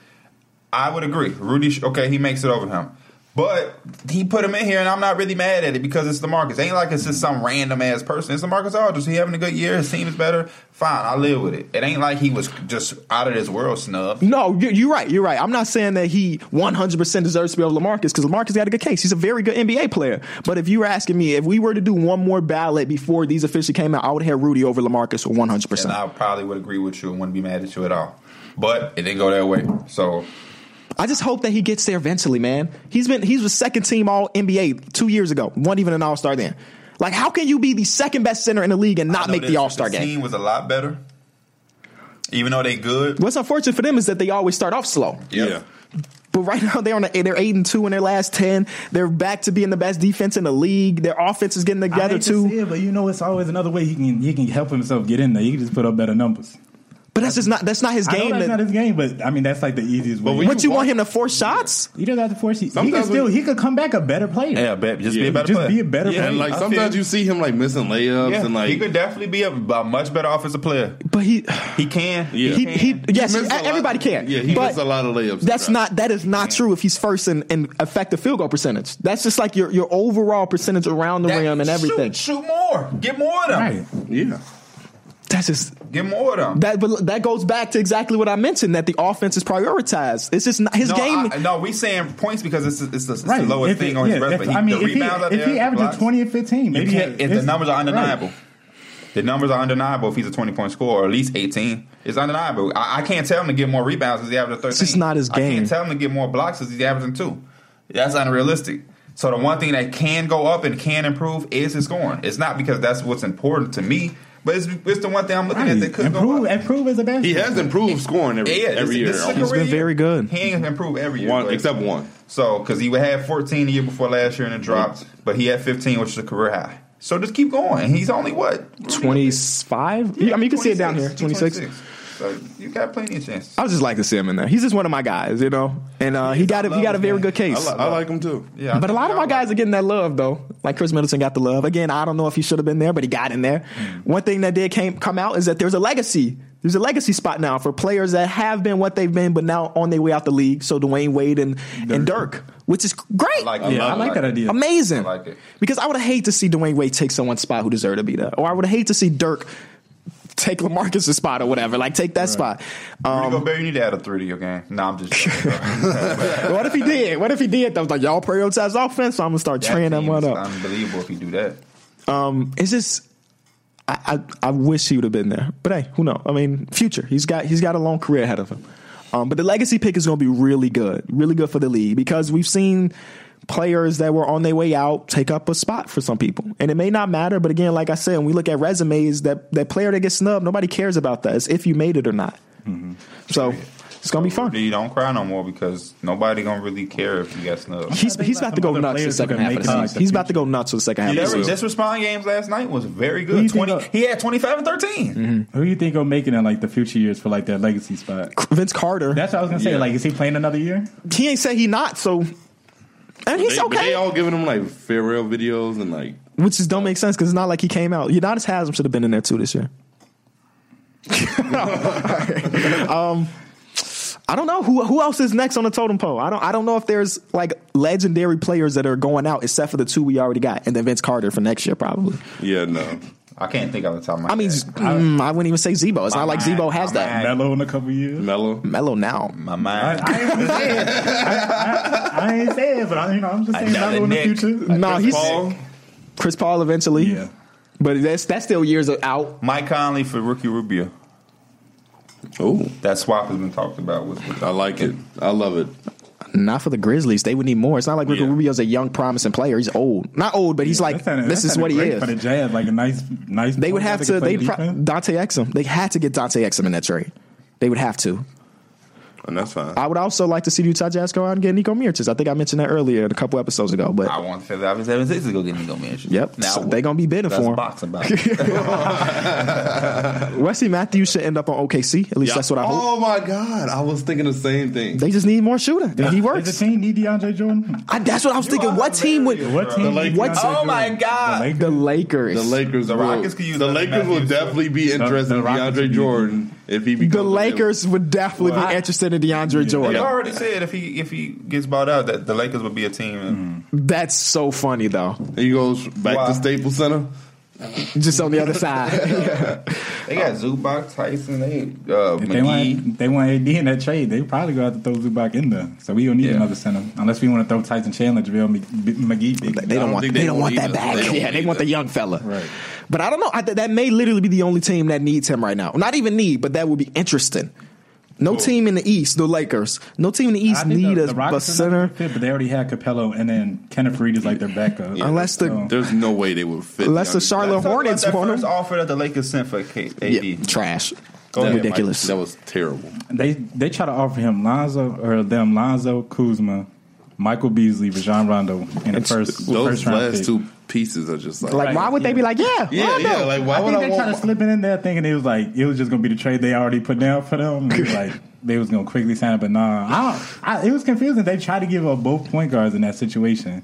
S4: I would agree. Rudy, sh- okay, he makes it over him. But he put him in here, and I'm not really mad at it because it's the Marcus. Ain't like it's just some random ass person. It's the Marcus Aldridge. He having a good year. His team is better. Fine, I live with it. It ain't like he was just out of this world snub.
S1: No, you- you're right. You're right. I'm not saying that he 100% deserves to be over Lamarcus because Lamarcus got a good case. He's a very good NBA player. But if you were asking me, if we were to do one more ballot before these officially came out, I would have Rudy over Lamarcus
S4: And
S1: 100%.
S4: I probably would agree with you and wouldn't be mad at you at all. But it didn't go that way. So
S1: I just hope that he gets there eventually, man. He's been he's the second team All NBA two years ago, wasn't even an All Star then. Like, how can you be the second best center in the league and
S4: I
S1: not
S4: know
S1: make
S4: this-
S1: the All Star
S4: the
S1: game?
S4: Team was a lot better. Even though they good.
S1: What's unfortunate for them is that they always start off slow.
S2: Yeah.
S1: But right now they're on a, they're eight and two in their last ten. They're back to being the best defense in the league. Their offense is getting
S3: I
S1: together
S3: hate to
S1: too.
S3: see it, but you know it's always another way he can he can help himself get in there. He can just put up better numbers.
S1: But that's just not that's not his
S3: I know
S1: game.
S3: that's
S1: that-
S3: not his game, but I mean that's like the easiest way.
S2: But we-
S1: What you
S2: You
S1: want
S2: want-
S1: him to force shots?
S3: he doesn't have to force. He, he could
S2: Sometimes
S3: still
S2: we-
S3: he could come back a better player.
S4: Yeah, bet. Just be a better
S3: Just
S4: player.
S3: be a better
S4: yeah,
S3: player.
S2: And like
S4: I feel
S2: sometimes
S4: it.
S2: you see him like missing layups
S4: Yeah,
S2: and like
S4: he could definitely be a, a much better offensive player.
S1: But he
S4: He can.
S2: Yeah.
S1: he, he yes, e,
S2: missed a lot-
S1: everybody can.
S2: Yeah, he
S1: but
S2: missed a lot of layups.
S1: That's
S2: and
S1: not that is not true if he's first in, in effective field goal percentage. That's just like your your overall percentage around the
S4: That-
S1: rim and everything.
S4: Shoot, shoot more. Get more of them.
S3: Right.
S2: drops. Yeah.
S1: That's just
S4: Get more of them.
S1: that but that goes back to exactly what I mentioned that the offense is prioritized. It's just not his
S4: no,
S1: game
S4: I, no, we saying points because it's it's the, it's
S3: Right.
S4: the lowest
S3: If
S4: thing
S3: it-
S4: on his
S3: yeah,
S4: resume.
S3: if-
S4: He-
S3: I mean,
S4: the
S3: if he,
S4: rebounds out
S3: if
S4: there,
S3: he averages
S4: blocks.
S3: twenty and fifteen,
S4: You
S3: maybe
S4: can't- if the
S3: it's-
S4: numbers are
S3: right.
S4: undeniable. The numbers are undeniable if he's a twenty point scorer, or at least eighteen. It's undeniable. I, I can't tell him to get more rebounds because he averaging thirteen.
S1: just not his
S4: I
S1: game.
S4: can't tell him to get more blocks because he's averaging two. That's unrealistic. So the one thing that can go up and can improve is his scoring. It's not because that's what's important to me, but it's, it's the one thing I'm looking
S3: Right.
S4: at that could go
S3: Improve,
S4: up.
S3: improve as a basketball.
S2: He has improved scoring
S4: Yeah,
S2: every
S4: yeah,
S2: every
S4: this,
S2: year.
S4: This is a
S1: He's
S4: career
S1: been
S4: year.
S1: very good.
S4: He ain't improved every year,
S2: one
S4: but-
S2: except one.
S4: so, because he had 14 the year before last year and it dropped, but he had 15, which is a career high. So just keep going. He's only what?
S1: twenty five. I mean you can see it down here. Twenty six.
S4: 26. So you got plenty of chances.
S1: I would just like to see him in there. He's just one of my guys, you know. And uh, he got a, he got a very good case.
S2: I, li- I like him too.
S4: Yeah, I
S1: But a
S4: think
S1: lot of
S4: y'all
S1: our guys are getting that love though. Like Chris Middleton got the love. Again, I don't know if he should have been there, but he got in there.
S4: Mm.
S1: One thing that did came come out is that there's a legacy. There's a legacy spot now for players that have been what they've been, but now on their way out the league. So Dwayne Wade and and Dirk, which is great,
S4: like
S3: Yeah, I like that idea.
S1: amazing.
S4: I like it.
S1: Because I would hate to see Dwayne Wade take someone's spot who deserved to be there, or I would hate to see Dirk take LaMarcus's spot or whatever. Like take that spot. Um,
S4: Rudy Gobert, you need to add a three to your game. Nah, I'm just joking.
S1: but what if he did? What if he did? That was like y'all prioritize offense, so I'm gonna start training
S4: That
S1: them
S4: team
S1: one
S4: is
S1: up.
S4: Unbelievable if you do that.
S1: it's just I, I I wish he would have been there. But hey, who knows? I mean, future. He's got he's got a long career ahead of him. Um, but the legacy pick is going to be really good, really good for the league because we've seen players that were on their way out take up a spot for some people, and it may not matter. But again, like I said, when we look at resumes, that that player that gets snubbed, nobody cares about that. It's if you made it or not. So it's going to be fun.
S4: You don't cry no more because nobody gonna really care if you got snubbed.
S1: He's he's about to go
S3: Some other
S1: nuts the
S3: players
S1: second
S3: who can
S1: half of the
S3: make it
S1: season.
S3: like the
S1: He's about to go nuts for the second half of the
S4: Their
S1: season.
S4: just respond games last night was very
S3: Who
S4: good.
S3: you think
S4: 20,
S3: of-
S4: he had 25 and 13.
S3: Who you think will make it in like the future years for like that legacy spot?
S1: Vince Carter.
S3: That's what I was gonna say.
S2: Yeah.
S3: Like, is he playing another year?
S1: he ain't say he not. So, and he's
S2: They, but they
S1: okay,
S2: all giving him like farewell videos and like
S1: which just don't make sense because it's not like he came out. Udonis Haslam should have been in there too this year. um, I don't know who who else is next on the totem pole. I don't I don't know if there's like legendary players that are going out except for the two we already got, and then Vince Carter for next year probably.
S2: yeah no.
S4: I can't think off the top of my
S1: I mean,
S4: head.
S1: mm, I wouldn't even say Zebo. It's not like
S4: mind-
S1: Zebo has
S4: my
S1: that.
S4: mind-
S3: Mellow in a couple years.
S2: Mellow.
S1: Mellow now.
S4: my
S3: I,
S4: mind.
S3: I, ain't even say it. I, I, I ain't say it, but I, you know, I'm just saying
S4: Another
S3: Mellow in the
S4: Nick.
S3: future.
S1: no,
S4: Chris
S1: he's
S4: Paul.
S1: Chris Paul eventually.
S3: Yeah.
S1: But that's that's still years out.
S4: Mike Conley for rookie Rubio.
S2: Oh,
S4: That swap has been talked about with. with
S2: I like it. I love it.
S1: Not for the Grizzlies. They would need more. It's not like Ricky
S2: Yeah.
S1: Rubio's a young, promising player. He's old. Not old, but he's like,
S3: That sounded-
S1: this
S3: that
S1: is what he
S3: sounded great
S1: is.
S3: For the Jazz, like a nice, nice.
S1: They would
S3: point
S1: have
S3: guard
S1: to,
S3: that
S1: they
S3: can play
S1: pro-
S3: defense.
S1: Dante Exum. They had to get Dante Exum in that trade. They would have to.
S2: And that's fine.
S1: I would also like to see the Utah Jazz go out and get Nico Miritich. I think I mentioned that earlier a couple episodes ago, but
S4: I want the Philadelphia 76 to go get Nico Mansion.
S1: Yep. So they gonna be bidding
S4: that's
S1: for him.
S4: boxing about it.
S1: Wesley Matthews should end up on OKC. At least that's what I hope.
S2: Oh my god, I was thinking the same thing.
S1: They just need more shooting. And he
S3: Does
S1: works.
S3: the team need DeAndre Jordan?
S1: I, that's what I was
S4: You
S1: thinking.
S4: are
S1: What team would
S4: hilarious.
S3: What team?
S2: The
S3: need
S2: Lakers.
S1: What
S3: DeAndre
S1: team?
S4: oh my
S3: Jordan?
S4: God!
S3: The Lakers.
S1: the Lakers?
S2: the Lakers,
S4: The
S2: will-
S4: Rockets could use
S2: the
S4: that
S2: Lakers will
S4: Matthews.
S2: definitely be interested in
S3: The Rockets
S2: DeAndre
S3: could
S2: Jordan if he becomes
S1: The Lakers would definitely
S4: Well,
S1: be
S4: I-
S1: interested in DeAndre
S4: They
S1: Jordan.
S4: already said if he if he gets bought out that the Lakers would be a team.
S1: That's so funny though.
S2: He goes back
S4: Why?
S2: to Staples Center.
S1: Just on the other side.
S4: They got Zubac, Tyson, they uh,
S3: Mm. If they
S4: McGee.
S3: want, they want AD in that trade. They probably go out to throw Zubac in there, so we don't need
S4: Yeah.
S3: another center unless we want to throw Tyson Chandler, Javale M- B- McGee. Big.
S1: They
S2: I
S1: don't,
S2: don't
S1: want. They,
S2: think they
S1: don't want
S2: want
S1: that
S2: either.
S1: back.
S2: They don't
S1: yeah,
S2: want
S1: they want the
S2: either.
S1: young fella.
S3: Right.
S1: But I don't know. I, th- that may literally be the only team that needs him right now. Not even need, but that would be interesting. No team in the East, the Lakers. No team in the
S3: I
S1: East
S3: think
S1: need
S3: the,
S1: a,
S3: the
S1: a
S3: Rockets are not
S1: center
S3: a good fit, but they already had Capello and then Kenneth Reed is like their backup.
S1: unless the
S3: So-
S2: There's no way they would fit.
S1: unless the
S2: DeAndre.
S1: Charlotte
S4: Let's talk about
S1: Hornets
S4: that
S1: want
S4: first
S1: him.
S4: offer that the Lakers sent for K- AD.
S1: Yeah, trash.
S2: Go ahead, Mike.
S1: ridiculous.
S2: That was terrible.
S3: They they try to offer him Lonzo or them Lonzo Kuzma, Michael Beasley, Rajon Rondo in the
S1: It's-
S3: first
S2: Those
S3: first round
S2: last
S3: pick.
S2: two pieces are just like,
S1: Like,
S3: Right,
S1: why would they
S3: yeah.
S1: be like, yeah,
S2: yeah,
S1: Rondo?
S2: yeah. Like, why
S3: I
S2: would
S3: think
S2: I
S3: they tried to
S2: want?
S3: slip it in there thinking it was like it was just gonna be the trade they already put down for them. It was like they was gonna quickly sign it, but nah. I, don't, I it was confusing. They tried to give up both point guards in that situation.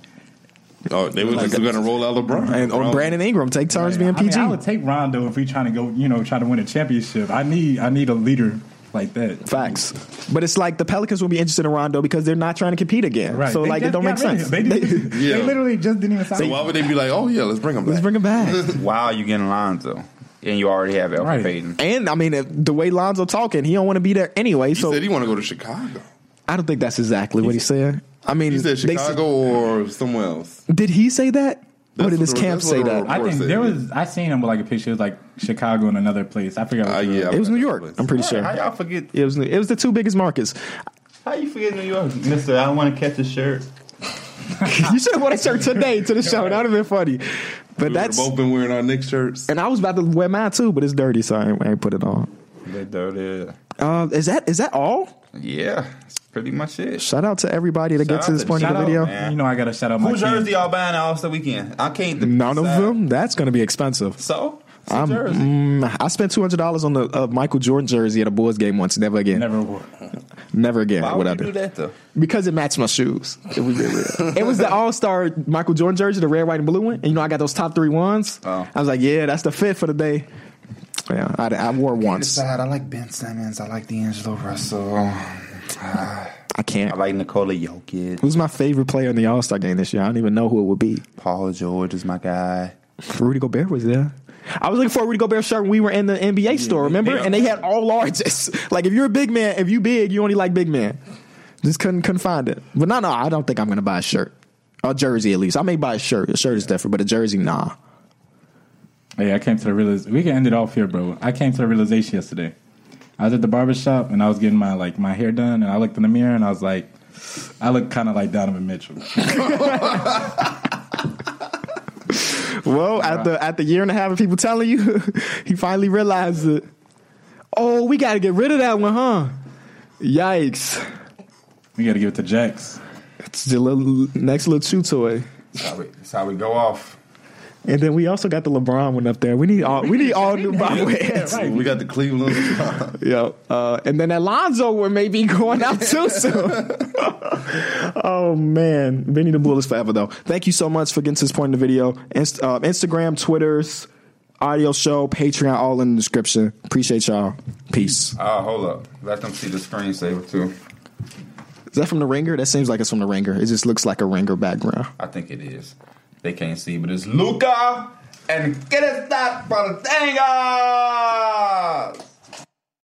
S2: Oh, they were just going to roll out LeBron
S1: and or
S2: Bro.
S1: Brandon Ingram take turns
S3: I
S1: being
S3: mean,
S1: PG.
S3: I would take Rondo if we trying to go, you know, try to win a championship. I need I need a leader like that.
S1: Facts, but it's like the Pelicans will be interested in Rondo because they're not trying to compete again. So
S3: They
S1: like
S3: just
S1: it don't
S3: got
S1: make
S3: rid of
S1: sense.
S3: him. They, didn't-
S2: Yeah.
S3: they literally just didn't even sign.
S2: So
S3: him.
S2: why would they be like, oh yeah, let's bring him back?
S1: Let's bring him back.
S4: Wow, you getting Lonzo, and you already have Alfred
S3: Right.
S4: Payton.
S1: And I mean, if, the way Lonzo talking, he don't want to be there anyway.
S2: he
S1: so
S2: said he want to go to Chicago.
S1: I don't think that's exactly what he said. I mean,
S2: He said
S1: they-
S2: Chicago or somewhere else.
S1: did he say that?
S2: That's
S1: or did his
S2: what the-
S1: camp
S2: that's
S1: say
S2: what the-
S1: that?
S3: I think
S2: Or
S3: there
S2: say-
S3: was I seen him with like a picture. It was like Chicago and another place. I forgot. What
S2: Uh,
S3: it was.
S2: yeah,
S1: It was New
S2: Yeah,
S1: York. I'm pretty sure.
S4: How y'all forget?
S1: It was it was the two biggest markets.
S4: How you forget New York?
S5: Mister, I don't want to catch a shirt.
S1: you should have worn a shirt today to the show. That would have been funny. But
S2: We
S1: that's
S2: that's both been wearing our Knicks shirts.
S1: and I was about to wear mine too, but it's dirty, so I ain't, I ain't put it on.
S4: They're dirty.
S1: Uh, is that is that all?
S4: Yeah, that's pretty much it.
S1: Shout out to everybody that
S4: Shout
S1: gets to
S4: out
S1: this
S4: to-
S1: point in
S3: Shout
S1: the
S3: out,
S1: video.
S4: man.
S3: you know, I gotta shout out my
S4: Who
S3: team.
S4: jersey y'all buying the All Star weekend? I can't.
S1: None of
S4: decide.
S1: them. That's going to be expensive.
S4: So, it's a
S1: I'm,
S4: jersey.
S1: mm, I spent two hundred dollars on the uh, Michael Jordan jersey at a Bulls game once. Never again. Never,
S3: Never wore.
S1: again.
S4: Why
S1: would
S4: would
S1: I
S4: you
S1: do
S4: do that though?
S1: Because it matched my shoes. It was, it was the All Star Michael Jordan jersey, the red, white, and blue one. And you know, I got those top three ones.
S4: Oh.
S1: I was like, yeah, that's the fit for the day. Yeah, I, I wore once.
S4: I like Ben Simmons. I like D'Angelo Russell.
S1: I can't.
S4: I like Nikola Jokic.
S1: Who's my favorite player in the All Star game this year? I don't even know who it would be.
S4: Paul George is my guy.
S1: Rudy Gobert was there. I was looking for a Rudy Gobert shirt when we were in the NBA store, remember?
S4: yeah.
S1: And they had all larges. like if you're a big man, if you big, you only like big man. Just couldn't couldn't find it. But no, no, I don't think I'm gonna buy a shirt. A jersey at least. I may buy a shirt. A shirt is different, but a jersey, nah.
S3: Hey, I came to the realization. We can end it off here, bro. I came to the realization yesterday. I was at the barber shop and I was getting my like my hair done, and I looked in the mirror and I was like, I look kind of like Donovan Mitchell.
S1: Well, at the at the year and a half of people telling you, he finally realized it. Oh, we gotta get rid of that one, huh? Yikes.
S3: we gotta give it to Jax.
S1: It's the little, next little chew toy.
S4: That's how we, that's how we go off.
S1: And then we also got the LeBron one up there. We need all we need all new bobbleheads.
S2: We got the Cleveland.
S1: Yeah, uh, and then Alonzo would maybe going out too soon. oh man, Benny the Bull is forever though. Thank you so much for getting to this point in the video. Inst- uh, Instagram, Twitter's, audio show, Patreon, all in the description. Appreciate y'all. Peace.
S4: Oh, hold up. Let them see the screensaver too.
S1: Is that from the Ringer? That seems like it's from the Ringer. It just looks like a Ringer background.
S4: I think it is. They can't see, but it's Luca and get it that for the ah!